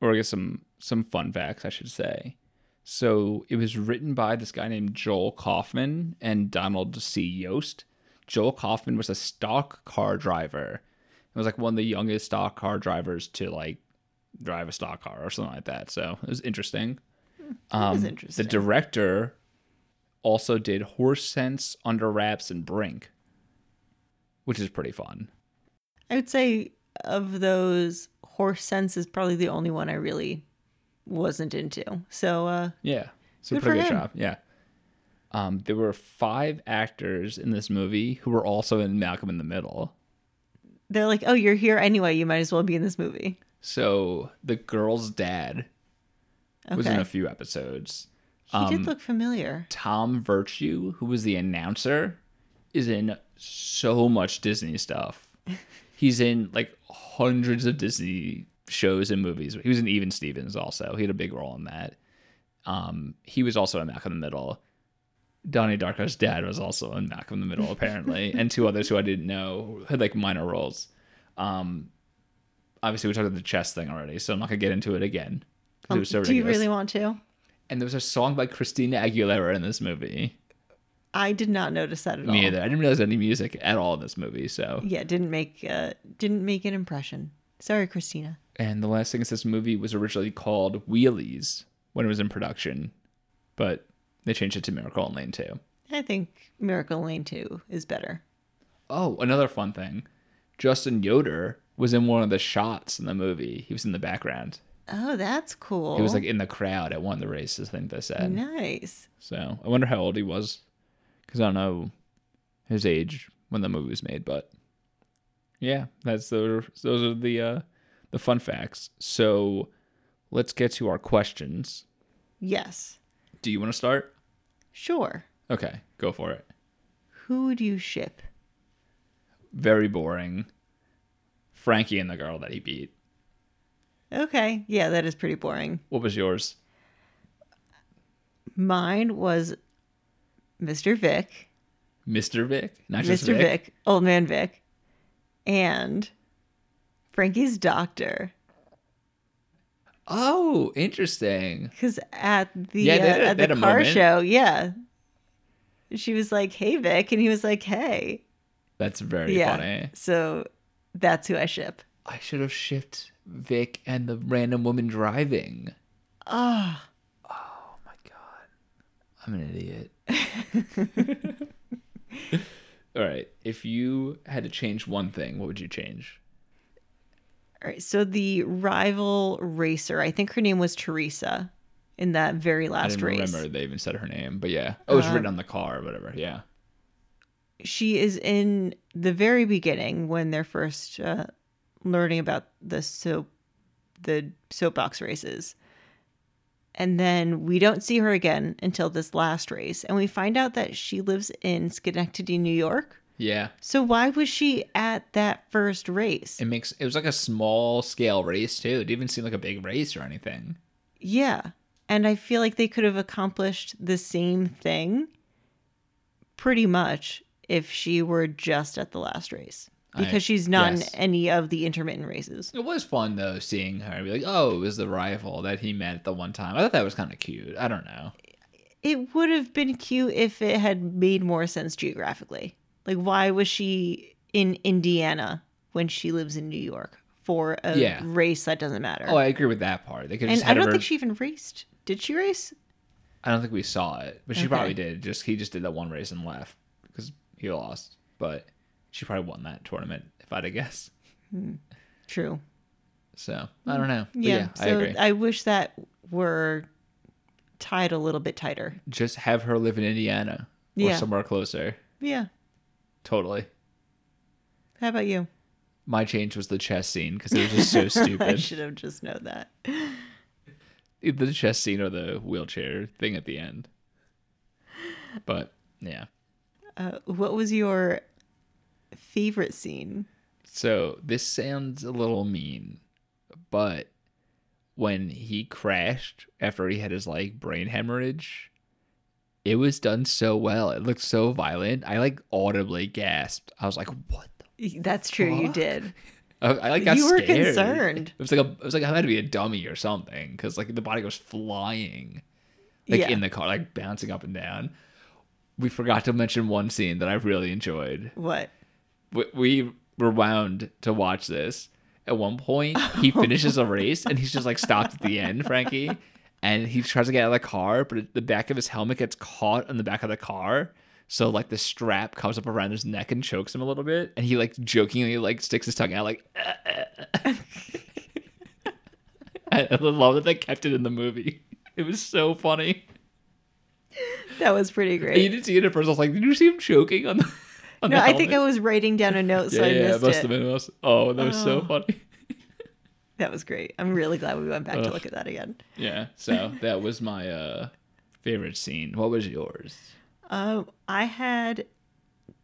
Speaker 1: or I guess some some fun facts, I should say. So it was written by this guy named Joel Kaufman and Donald C. Yost. Joel Kaufman was a stock car driver. He was like one of the youngest stock car drivers to like drive a stock car or something like that. So it was interesting.
Speaker 2: Hmm,
Speaker 1: Um,
Speaker 2: That was
Speaker 1: The
Speaker 2: interesting.
Speaker 1: director also did Horse Sense, Under Wraps, and Brink, which is pretty fun.
Speaker 2: I would say of those, Horse Sense is probably the only one I really wasn't into. So, uh,
Speaker 1: Yeah. So
Speaker 2: Good
Speaker 1: pretty
Speaker 2: for
Speaker 1: good
Speaker 2: him.
Speaker 1: job. Yeah. Um, there were five actors in this movie who were also in Malcolm in the Middle.
Speaker 2: they're like, "Oh, you're here anyway. You might as well be in this movie."
Speaker 1: So the girl's dad
Speaker 2: Okay.
Speaker 1: was in a few episodes.
Speaker 2: he
Speaker 1: um,
Speaker 2: did look familiar.
Speaker 1: Tom Virtue, who was the announcer, is in so much Disney
Speaker 2: [LAUGHS]
Speaker 1: stuff. He's in like hundreds of Disney shows and movies. He was in Even Stevens also. He had a big role in that. Um, he was also in Malcolm in the Middle. Donnie Darko's dad was also in Malcolm in the Middle,
Speaker 2: [LAUGHS]
Speaker 1: apparently, and two others who I didn't know had like minor roles. Um, obviously, we talked about the chess thing already, so I'm not gonna get into it again. 'cause it
Speaker 2: Um,
Speaker 1: was so
Speaker 2: do you
Speaker 1: ridiculous.
Speaker 2: really want to?
Speaker 1: And there was a song by Christina Aguilera in this movie.
Speaker 2: I did not notice that at all.
Speaker 1: Me either. I didn't realize any music at all in this movie. So,
Speaker 2: Yeah, didn't make uh, didn't make an impression. Sorry, Christina.
Speaker 1: and the last thing is this movie was originally called Wheelies when it was in production, but they changed it to Miracle on Lane 2.
Speaker 2: I think Miracle Lane Two is better.
Speaker 1: Oh, another fun thing. Justin Yoder was in one of the shots in the movie. He was in the background.
Speaker 2: Oh, that's cool.
Speaker 1: He was like in the crowd at one of the races, I think they said.
Speaker 2: nice.
Speaker 1: So I wonder how old he was, because I don't know his age when the movie was made. But yeah, that's the those are the uh, the fun facts. So let's get to our questions.
Speaker 2: Yes,
Speaker 1: Do you want to start?
Speaker 2: sure.
Speaker 1: Okay, go for it.
Speaker 2: Who would you ship?
Speaker 1: Very boring. Frankie and the girl that he beat.
Speaker 2: Okay, yeah, that is pretty boring.
Speaker 1: What was yours?
Speaker 2: Mine was Mr. Vic,
Speaker 1: Mr. Vic, not just
Speaker 2: Mr. Vic, Old Man Vic, and Frankie's doctor.
Speaker 1: Oh, interesting.
Speaker 2: Because at the
Speaker 1: Yeah,
Speaker 2: uh,
Speaker 1: they had a-
Speaker 2: at
Speaker 1: they had
Speaker 2: the
Speaker 1: a
Speaker 2: car
Speaker 1: moment.
Speaker 2: show, yeah, she was like, "Hey, Vic," and he was like, "Hey."
Speaker 1: That's very
Speaker 2: yeah.
Speaker 1: funny.
Speaker 2: So that's who I ship.
Speaker 1: I should have shipped Vic and the random woman driving.
Speaker 2: Ah,
Speaker 3: my god.
Speaker 1: I'm an
Speaker 2: [LAUGHS]
Speaker 1: idiot. All right. If you had to change one thing, what would you change?
Speaker 2: all right. So the rival racer, I think her name was Teresa, in that very
Speaker 1: I
Speaker 2: last
Speaker 1: didn't
Speaker 2: race.
Speaker 1: remember they even said her name, but yeah. Oh, it's written
Speaker 2: Uh-huh.
Speaker 1: on the car or whatever. Yeah.
Speaker 2: She is in the very beginning when they're first uh, learning about the soap, the soapbox races. And then we don't see her again until this last race. And we find out that she lives in Schenectady, New York.
Speaker 1: Yeah.
Speaker 2: So why was she at that first race?
Speaker 1: It makes it was like a small scale race too. It didn't even seem like a big race or anything.
Speaker 2: Yeah. And I feel like they could have accomplished the same thing pretty much if she were just at the last race
Speaker 1: I-
Speaker 2: because she's not
Speaker 1: yes.
Speaker 2: in any of the intermittent races.
Speaker 1: It was fun though seeing her. Be like, oh, it was the rival that he met the one time. I thought that was kind of cute. I don't know.
Speaker 2: It would have been cute if it had made more sense geographically. Like, why was she in Indiana when she lives in New York for a
Speaker 1: Yeah.
Speaker 2: race that doesn't matter?
Speaker 1: Oh, I agree with that part. They could
Speaker 2: Er and
Speaker 1: just
Speaker 2: I
Speaker 1: had
Speaker 2: don't
Speaker 1: her.
Speaker 2: think she even raced. Did she race?
Speaker 1: I don't think we saw it, but she
Speaker 2: Okay.
Speaker 1: probably did. Just he just did that one race and left because he lost. But she probably won that tournament, if I'd have guessed.
Speaker 2: True.
Speaker 1: So I don't know. But
Speaker 2: Yeah.
Speaker 1: yeah,
Speaker 2: so
Speaker 1: I agree.
Speaker 2: wish that were tied a little bit tighter.
Speaker 1: Just have her live in Indiana or
Speaker 2: Yeah.
Speaker 1: somewhere closer.
Speaker 2: Yeah.
Speaker 1: Totally.
Speaker 2: How about you?
Speaker 1: My change was the chess scene because it was just
Speaker 2: [LAUGHS]
Speaker 1: so
Speaker 2: I
Speaker 1: stupid.
Speaker 2: should have just known that.
Speaker 1: Either the chess scene or the wheelchair thing at the end. But yeah.
Speaker 2: Uh, what was your favorite scene?
Speaker 1: So this sounds a little mean, but when he crashed after he had his like brain hemorrhage, it was done so well. It looked so violent. I like audibly gasped. I was like, "What?" The?
Speaker 2: That's true. You
Speaker 1: Fuck.
Speaker 2: did.
Speaker 1: I, I like got
Speaker 2: you were
Speaker 1: scared.
Speaker 2: concerned.
Speaker 1: It was like a, it was like I had to be a dummy or something because like the body goes flying, like
Speaker 2: Yeah.
Speaker 1: in the car, like bouncing up and down. We forgot to mention one scene that I really enjoyed.
Speaker 2: What?
Speaker 1: we, we rewound to watch this. At one point,
Speaker 2: [LAUGHS]
Speaker 1: he finishes a race and he's just like stopped at the end, Frankie. And he tries to get out of the car, but the back of his helmet gets caught on the back of the car. So like the strap comes up around his neck and chokes him a little bit, and he like jokingly like sticks his tongue out like. [LAUGHS] "Uh, uh, uh." I love that they kept it in the movie. It was so funny.
Speaker 2: That was pretty
Speaker 1: And you
Speaker 2: great.
Speaker 1: didn't see it at first. I was like, "Did you see him choking on the?" On
Speaker 2: [LAUGHS] No,
Speaker 1: the
Speaker 2: I think
Speaker 1: helmet?
Speaker 2: I was writing down a note, so I missed
Speaker 1: must have
Speaker 2: it.
Speaker 1: been us. Oh, that was so funny. [LAUGHS]
Speaker 2: That was great. I'm really glad we went back to look at that again.
Speaker 1: Yeah, so that was my uh favorite scene. What was yours?
Speaker 2: Um, I had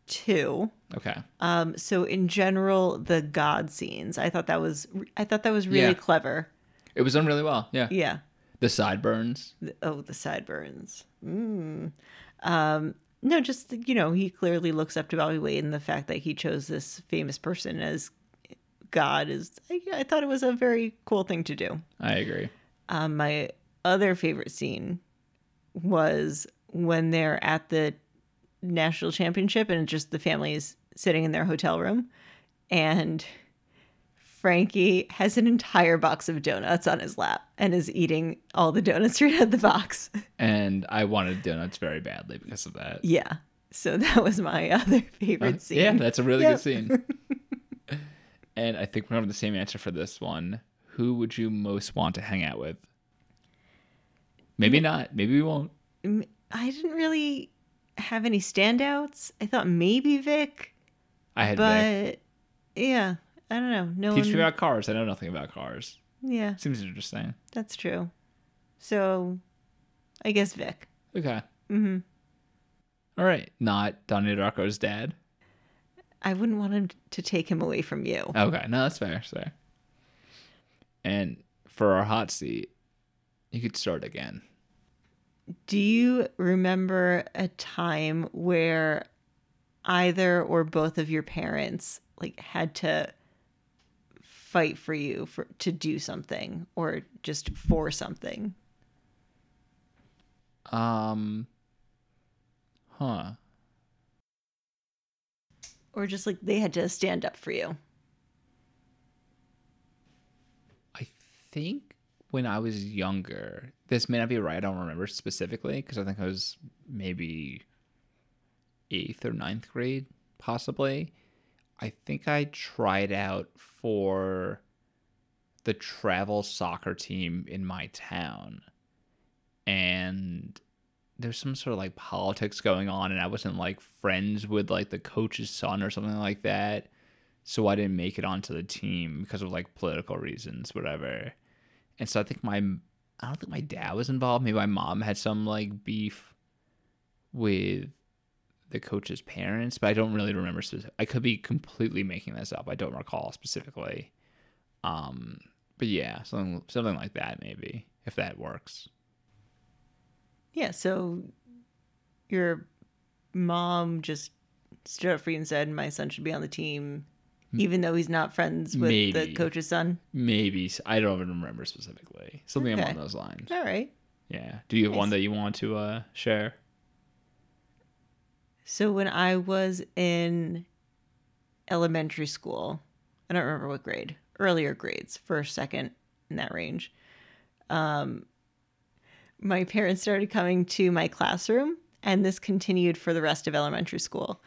Speaker 2: two.
Speaker 1: Okay.
Speaker 2: Um, so in general, the God scenes, I thought that was I thought that was really
Speaker 1: Yeah.
Speaker 2: clever.
Speaker 1: It was done really well. Yeah.
Speaker 2: Yeah.
Speaker 1: The sideburns.
Speaker 2: The- Oh, the sideburns. Mm. Um, no, just you know, he clearly looks up to Bobby Wade, and the fact that he chose this famous person as God is. I, I thought it was a very cool thing to do.
Speaker 1: I agree.
Speaker 2: Um, my other favorite scene was when they're at the national championship and just the family is sitting in their hotel room and Frankie has an entire box of donuts on his lap and is eating all the donuts [LAUGHS] right out of the box.
Speaker 1: And I wanted donuts very badly because of that.
Speaker 2: Yeah. So [LAUGHS] that was my other favorite scene.
Speaker 1: Yeah, that's a really
Speaker 2: Yeah.
Speaker 1: good scene.
Speaker 2: [LAUGHS]
Speaker 1: and I think we're having the same answer for this one. Who would you most want to hang out with? Maybe not. Maybe we won't.
Speaker 2: M- I didn't really have any standouts. I thought maybe Vic,
Speaker 1: I had Vic.
Speaker 2: but yeah, I don't know. No
Speaker 1: Teach me
Speaker 2: one.
Speaker 1: about cars. I know nothing about cars.
Speaker 2: yeah.
Speaker 1: Seems interesting.
Speaker 2: That's true. So, I guess Vic.
Speaker 1: Okay. Mm-hmm. right. Not Donnie Darko's dad.
Speaker 2: I wouldn't want him to take him away from you.
Speaker 1: Okay. No, that's fair. That's fair. And for our hot seat, you could start again.
Speaker 2: Do you remember a time where either or both of your parents like had to fight for you for to do something or just for something?
Speaker 1: Um. Huh.
Speaker 2: Or just like they had to stand up for you.
Speaker 1: I think when I was younger, this may not be right. I don't remember specifically because I think I was maybe eighth or ninth grade, possibly. I think I tried out for the travel soccer team in my town. And there's some sort of like politics going on, and I wasn't like friends with like the coach's son or something like that so I didn't make it onto the team because of like political reasons, whatever. And so I think my I don't think my dad was involved. Maybe my mom had some like beef with the coach's parents, but I don't really remember. Specific. I could be completely making this up. I don't recall specifically. Um, but yeah, something something like that maybe if that works.
Speaker 2: Yeah, so your mom just stood up for you and said, My son should be on the team, even though he's not friends with the
Speaker 1: Maybe.
Speaker 2: coach's son.
Speaker 1: Maybe I don't even remember specifically. Something
Speaker 2: Okay.
Speaker 1: along those lines.
Speaker 2: All right.
Speaker 1: Yeah. Do you have one that you want to uh, share?
Speaker 2: So when I was in elementary school, I don't remember what grade, earlier grades, first, second, in that range, um, my parents started coming to my classroom, and this continued for the rest of elementary school.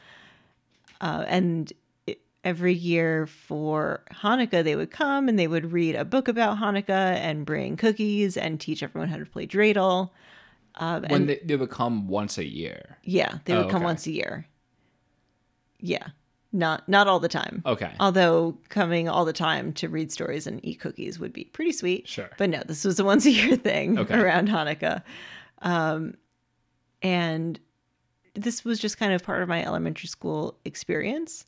Speaker 2: Uh, and it, every year for Hanukkah, they would come and they would read a book about Hanukkah and bring cookies and teach everyone how to play dreidel. Um, and
Speaker 1: When they, they would come once a year.
Speaker 2: yeah, they would
Speaker 1: Oh,
Speaker 2: come
Speaker 1: okay.
Speaker 2: once a year. Yeah. Not not all the time.
Speaker 1: Okay.
Speaker 2: Although coming all the time to read stories and eat cookies would be pretty sweet.
Speaker 1: Sure.
Speaker 2: But no, this was a once a year thing
Speaker 1: Okay.
Speaker 2: around Hanukkah. Um, and this was just kind of part of my elementary school experience.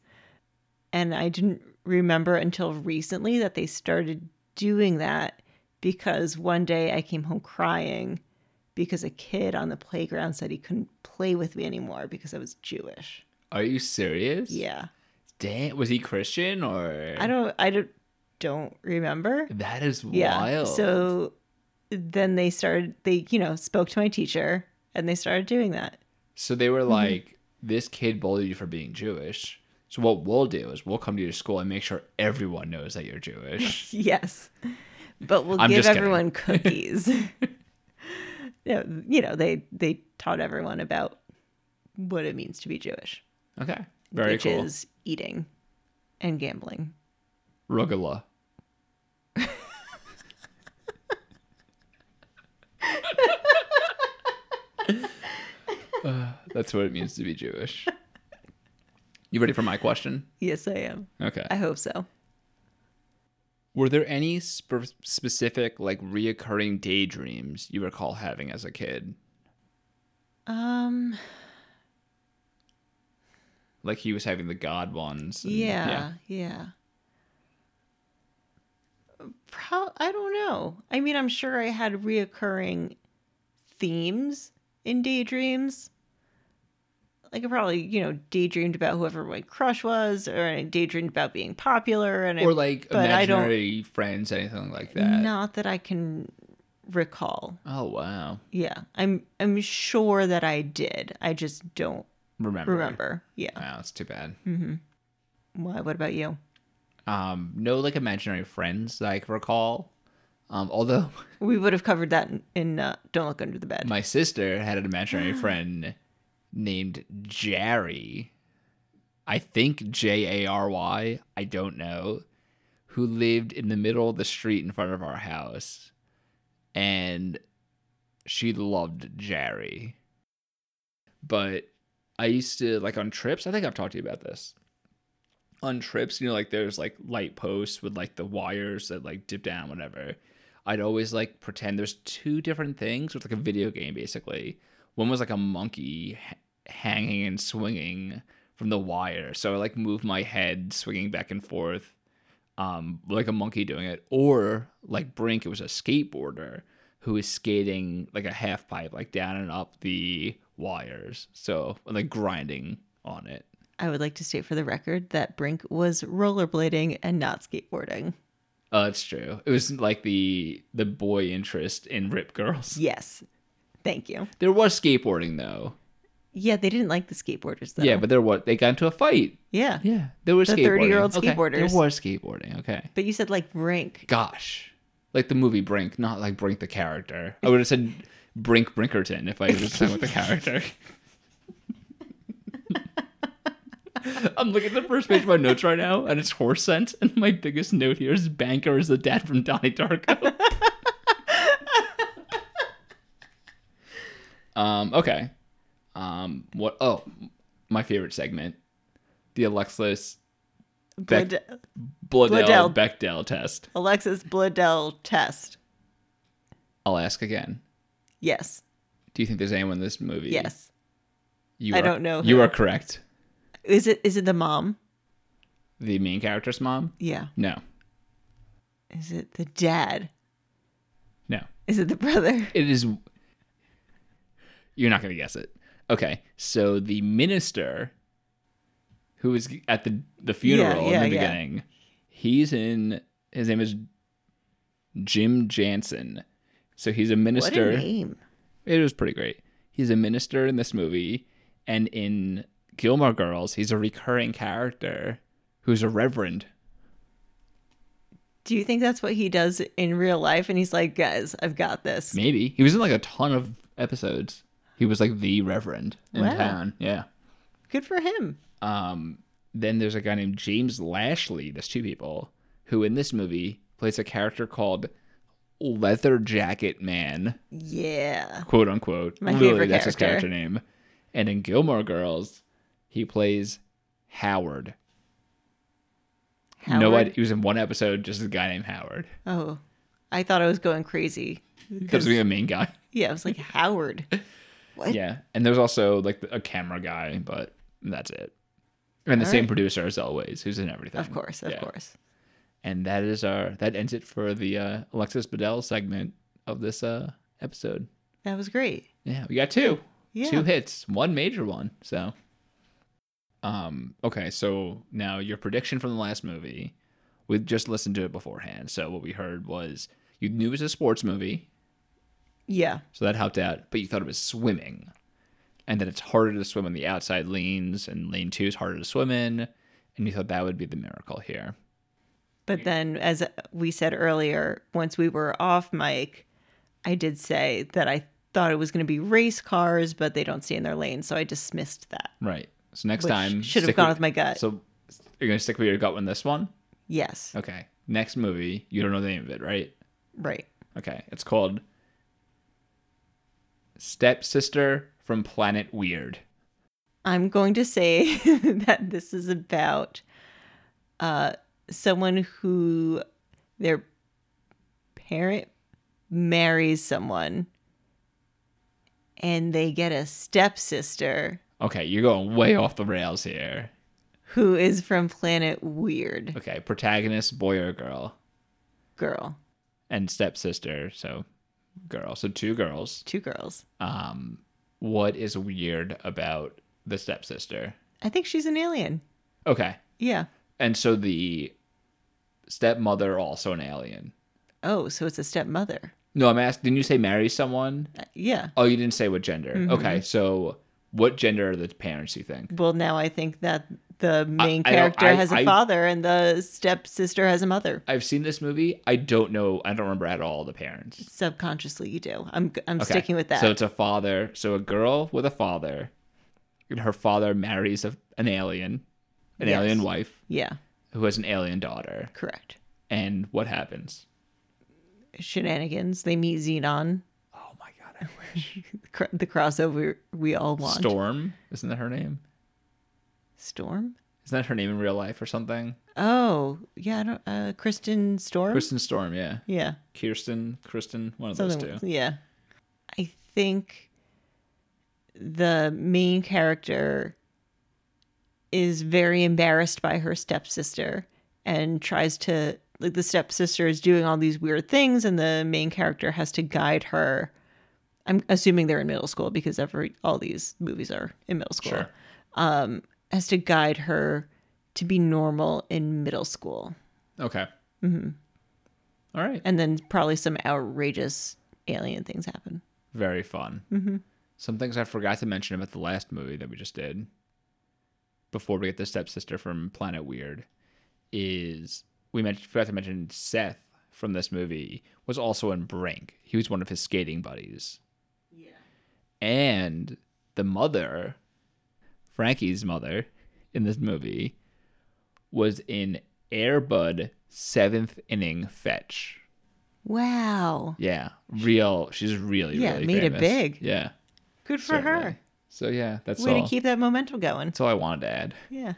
Speaker 2: And I didn't remember until recently that they started doing that because one day I came home crying because a kid on the playground said he couldn't play with me anymore because I was Jewish.
Speaker 1: Are you serious?
Speaker 2: Yeah.
Speaker 1: Damn. Was he Christian or?
Speaker 2: I don't I don't don't remember.
Speaker 1: That is
Speaker 2: Yeah.
Speaker 1: wild.
Speaker 2: So then they started they, you know, spoke to my teacher and they started doing that. [LAUGHS]
Speaker 1: So they were
Speaker 2: Mm-hmm.
Speaker 1: like, "This kid bullied you for being Jewish. So what we'll do is we'll come to your school and make sure everyone knows that you're Jewish."
Speaker 2: [LAUGHS] Yes. But we'll
Speaker 1: I'm
Speaker 2: give
Speaker 1: just kidding. [LAUGHS]
Speaker 2: everyone cookies. [LAUGHS] Yeah, you know, they they taught everyone about what it means to be Jewish,
Speaker 1: Okay. Very
Speaker 2: which
Speaker 1: cool.
Speaker 2: is eating and gambling. [LAUGHS]
Speaker 1: Rugula. [LAUGHS] Uh, that's what it means to be Jewish. You ready for my question?
Speaker 2: Yes, I am.
Speaker 1: Okay.
Speaker 2: I hope so.
Speaker 1: Were there any sp- specific, like, reoccurring daydreams you recall having as a kid?
Speaker 2: Um
Speaker 1: Like he was having the God ones. and-
Speaker 2: Yeah, yeah. Pro- I don't know. I mean, I'm sure I had reoccurring themes in daydreams. Like I probably, you know, daydreamed about whoever my crush was, or I daydreamed about being popular, and I-
Speaker 1: Or like
Speaker 2: but I don't-
Speaker 1: imaginary friends, anything like that.
Speaker 2: not that I can recall.
Speaker 1: Oh wow.
Speaker 2: Yeah, I'm I'm sure that I did. I just don't
Speaker 1: Remember.
Speaker 2: remember. Yeah.
Speaker 1: Wow, that's too bad.
Speaker 2: Why? What about you?
Speaker 1: Um, no like imaginary friends that I can recall. Um, although
Speaker 2: We would have covered that in, in uh, "Don't Look Under the Bed."
Speaker 1: my sister had an imaginary friend named Jerry. I think J A R Y. I don't know. Who lived in the middle of the street in front of our house, and she loved Jerry. But I used to like on trips. I think I've talked to you about this. On trips, you know, like there's like light posts with like the wires that like dip down, whatever. I'd always like pretend there's two different things with like a video game basically. One was like a monkey h- hanging and swinging from the wire, so I like move my head swinging back and forth, um, like a monkey doing it, or like Brink, it was a skateboarder who was skating like a half pipe, like down and up the wires, so like grinding on it.
Speaker 2: I would like to state for the record that Brink was rollerblading and not skateboarding.
Speaker 1: Oh, that's true. It was like the the boy interest in Rip Girls. [LAUGHS]
Speaker 2: Yes. Thank you.
Speaker 1: There was skateboarding though.
Speaker 2: Yeah, they didn't like the skateboarders though.
Speaker 1: Yeah, but there was they got into a fight.
Speaker 2: yeah.
Speaker 1: Yeah, there was
Speaker 2: The
Speaker 1: skateboarding.
Speaker 2: 30-year-old
Speaker 1: Okay, There
Speaker 2: skateboarders.
Speaker 1: was skateboarding. Okay,
Speaker 2: But you said like Brink.
Speaker 1: gosh, like the movie Brink, not like Brink the character. I would have said Brink Brinkerton if I was talking with the character. [LAUGHS] I'm looking at the first page of my notes right now, and it's horse scent. And my biggest note here is Banker is the dad from Donnie Darko. [LAUGHS] um. Okay. Um. What? Oh, my favorite segment, the Alexis Beck-
Speaker 2: Blade-
Speaker 1: Bladell
Speaker 2: Bladel.
Speaker 1: Bechdel test.
Speaker 2: Alexis Bledel test.
Speaker 1: I'll ask again.
Speaker 2: Yes.
Speaker 1: Do you think there's anyone in this movie?
Speaker 2: Yes.
Speaker 1: You
Speaker 2: I
Speaker 1: are-
Speaker 2: don't know
Speaker 1: You
Speaker 2: who.
Speaker 1: are correct.
Speaker 2: Is it is it the mom?
Speaker 1: The main character's mom?
Speaker 2: Yeah.
Speaker 1: No.
Speaker 2: Is it the dad?
Speaker 1: No.
Speaker 2: Is it the brother?
Speaker 1: It is. You're not going to guess it. Okay. So the minister who was at the, the funeral
Speaker 2: yeah,
Speaker 1: in the
Speaker 2: yeah.
Speaker 1: beginning, he's in. His name is Jim Jansen. So he's a
Speaker 2: What
Speaker 1: minister.
Speaker 2: a name.
Speaker 1: It was pretty great. He's a minister in this movie, and in Gilmore Girls, he's a recurring character who's a reverend.
Speaker 2: Do you think that's what he does in real life? And he's like, guys, I've got this.
Speaker 1: Maybe he was in like a ton of episodes. He was like the reverend in
Speaker 2: Wow.
Speaker 1: town. Yeah.
Speaker 2: Good for him.
Speaker 1: Um. Then there's a guy named James Lashley. There's two people who in this movie plays a character called Leather Jacket Man.
Speaker 2: Yeah.
Speaker 1: quote unquote.
Speaker 2: My
Speaker 1: Literally,
Speaker 2: favorite
Speaker 1: that's his character
Speaker 2: character.
Speaker 1: name. And in Gilmore Girls, he plays Howard,
Speaker 2: Howard?
Speaker 1: No idea. He was in one episode, just a guy named Howard.
Speaker 2: Oh, I thought I was going crazy.
Speaker 1: Comes to be a main guy.
Speaker 2: Yeah, I was like Howard. What?
Speaker 1: Yeah, and there's also like a camera guy, but that's it. And the
Speaker 2: All
Speaker 1: same
Speaker 2: right.
Speaker 1: producer as always, who's in everything. [LAUGHS]
Speaker 2: Of course, of
Speaker 1: Yeah.
Speaker 2: course.
Speaker 1: And that is our that ends it for the uh, Alexis Bedell segment of this uh, episode.
Speaker 2: That was great.
Speaker 1: Yeah, we got two.
Speaker 2: Yeah.
Speaker 1: Two hits, one major one. So um okay, so now your prediction from the last movie. We just listened to it beforehand. So what we heard was you knew it was a sports movie,
Speaker 2: Yeah.
Speaker 1: so that helped out, but you thought it was swimming. And then it's harder to swim on the outside lanes and lane 2 is harder to swim in, and you thought that would be the miracle here.
Speaker 2: But then, as we said earlier, once we were off mic, I did say that I thought it was going to be race cars, but they don't stay in their lane. So I dismissed that.
Speaker 1: Right. So next
Speaker 2: Which
Speaker 1: time
Speaker 2: should have
Speaker 1: stick
Speaker 2: gone with my gut.
Speaker 1: So you're going to stick with your gut on this one?
Speaker 2: Yes.
Speaker 1: Okay. Next movie, you don't know the name of it, right?
Speaker 2: Right.
Speaker 1: Okay, it's called Stepsister from Planet Weird.
Speaker 2: I'm going to say [LAUGHS] that this is about uh, someone who their parent marries someone and they get a stepsister
Speaker 1: Okay, you're going way off the rails here.
Speaker 2: who is from planet Weird
Speaker 1: Okay, protagonist boy or girl
Speaker 2: Girl.
Speaker 1: and stepsister, so girl. So two girls.
Speaker 2: Two girls.
Speaker 1: Um what is weird about the stepsister?
Speaker 2: I think she's an alien.
Speaker 1: Okay.
Speaker 2: Yeah.
Speaker 1: And so the stepmother also an alien.
Speaker 2: Oh, so it's a stepmother.
Speaker 1: No, I'm asking, didn't you say marry someone?
Speaker 2: Uh, yeah.
Speaker 1: Oh, you didn't say what gender. Okay, so what gender are the parents, you think?
Speaker 2: Well, now I think that the main
Speaker 1: I don't-
Speaker 2: character
Speaker 1: I-
Speaker 2: has a
Speaker 1: I-
Speaker 2: father and the stepsister has a mother.
Speaker 1: I've seen this movie. I don't know. I don't remember at all the parents.
Speaker 2: Subconsciously, you do. I'm I'm
Speaker 1: Okay.
Speaker 2: sticking with that.
Speaker 1: So it's a father. So a girl with a father. And her father marries a, an alien, an
Speaker 2: Yes.
Speaker 1: alien wife
Speaker 2: yeah,
Speaker 1: who has an alien daughter.
Speaker 2: correct.
Speaker 1: And what happens?
Speaker 2: Shenanigans. They meet Xenon,
Speaker 3: Oh my god, I wish.
Speaker 2: cr- the crossover we all want.
Speaker 1: Storm. Isn't that her name?
Speaker 2: Storm?
Speaker 1: Isn't that her name in real life or something?
Speaker 2: Oh, yeah. I don't. Uh, Kristen Storm.
Speaker 1: Kristen Storm. Yeah.
Speaker 2: yeah.
Speaker 1: Kirsten. Kristen. One of those two.
Speaker 2: Yeah. I think the main character is very embarrassed by her stepsister and tries to like the stepsister is doing all these weird things and the main character has to guide her. I'm assuming they're in middle school because every all these movies are in middle school.
Speaker 1: Sure.
Speaker 2: Has to guide her to be normal in middle school.
Speaker 1: Okay. Mm-hmm. right.
Speaker 2: And then probably some outrageous alien things happen.
Speaker 1: Very fun. Mm-hmm. Some things I forgot to mention about the last movie that we just did before we get the stepsister from Planet Weird is we mentioned, forgot to mention Seth from this movie was also in Brink. He was one of his skating buddies. Yeah. And the mother, Frankie's mother in this movie, was in Airbud seventh inning fetch.
Speaker 2: Wow.
Speaker 1: Yeah, real. She's really,
Speaker 2: Yeah,
Speaker 1: really
Speaker 2: made it
Speaker 1: famous.
Speaker 2: big.
Speaker 1: Yeah,
Speaker 2: Good for
Speaker 1: certainly.
Speaker 2: her.
Speaker 1: So yeah, that's
Speaker 2: Way
Speaker 1: all.
Speaker 2: to keep that momentum going.
Speaker 1: that's all I wanted to add.
Speaker 2: Yeah.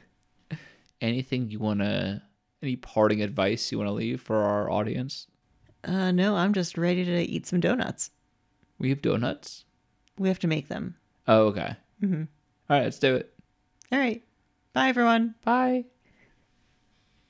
Speaker 1: Anything you wanna? Any parting advice you want to leave for our audience?
Speaker 2: Uh, no, I'm just ready to eat some donuts.
Speaker 1: We have donuts.
Speaker 2: We have to make them.
Speaker 1: Oh, okay. Mm-hmm. right, let's do it.
Speaker 2: All right. Bye, everyone.
Speaker 1: Bye.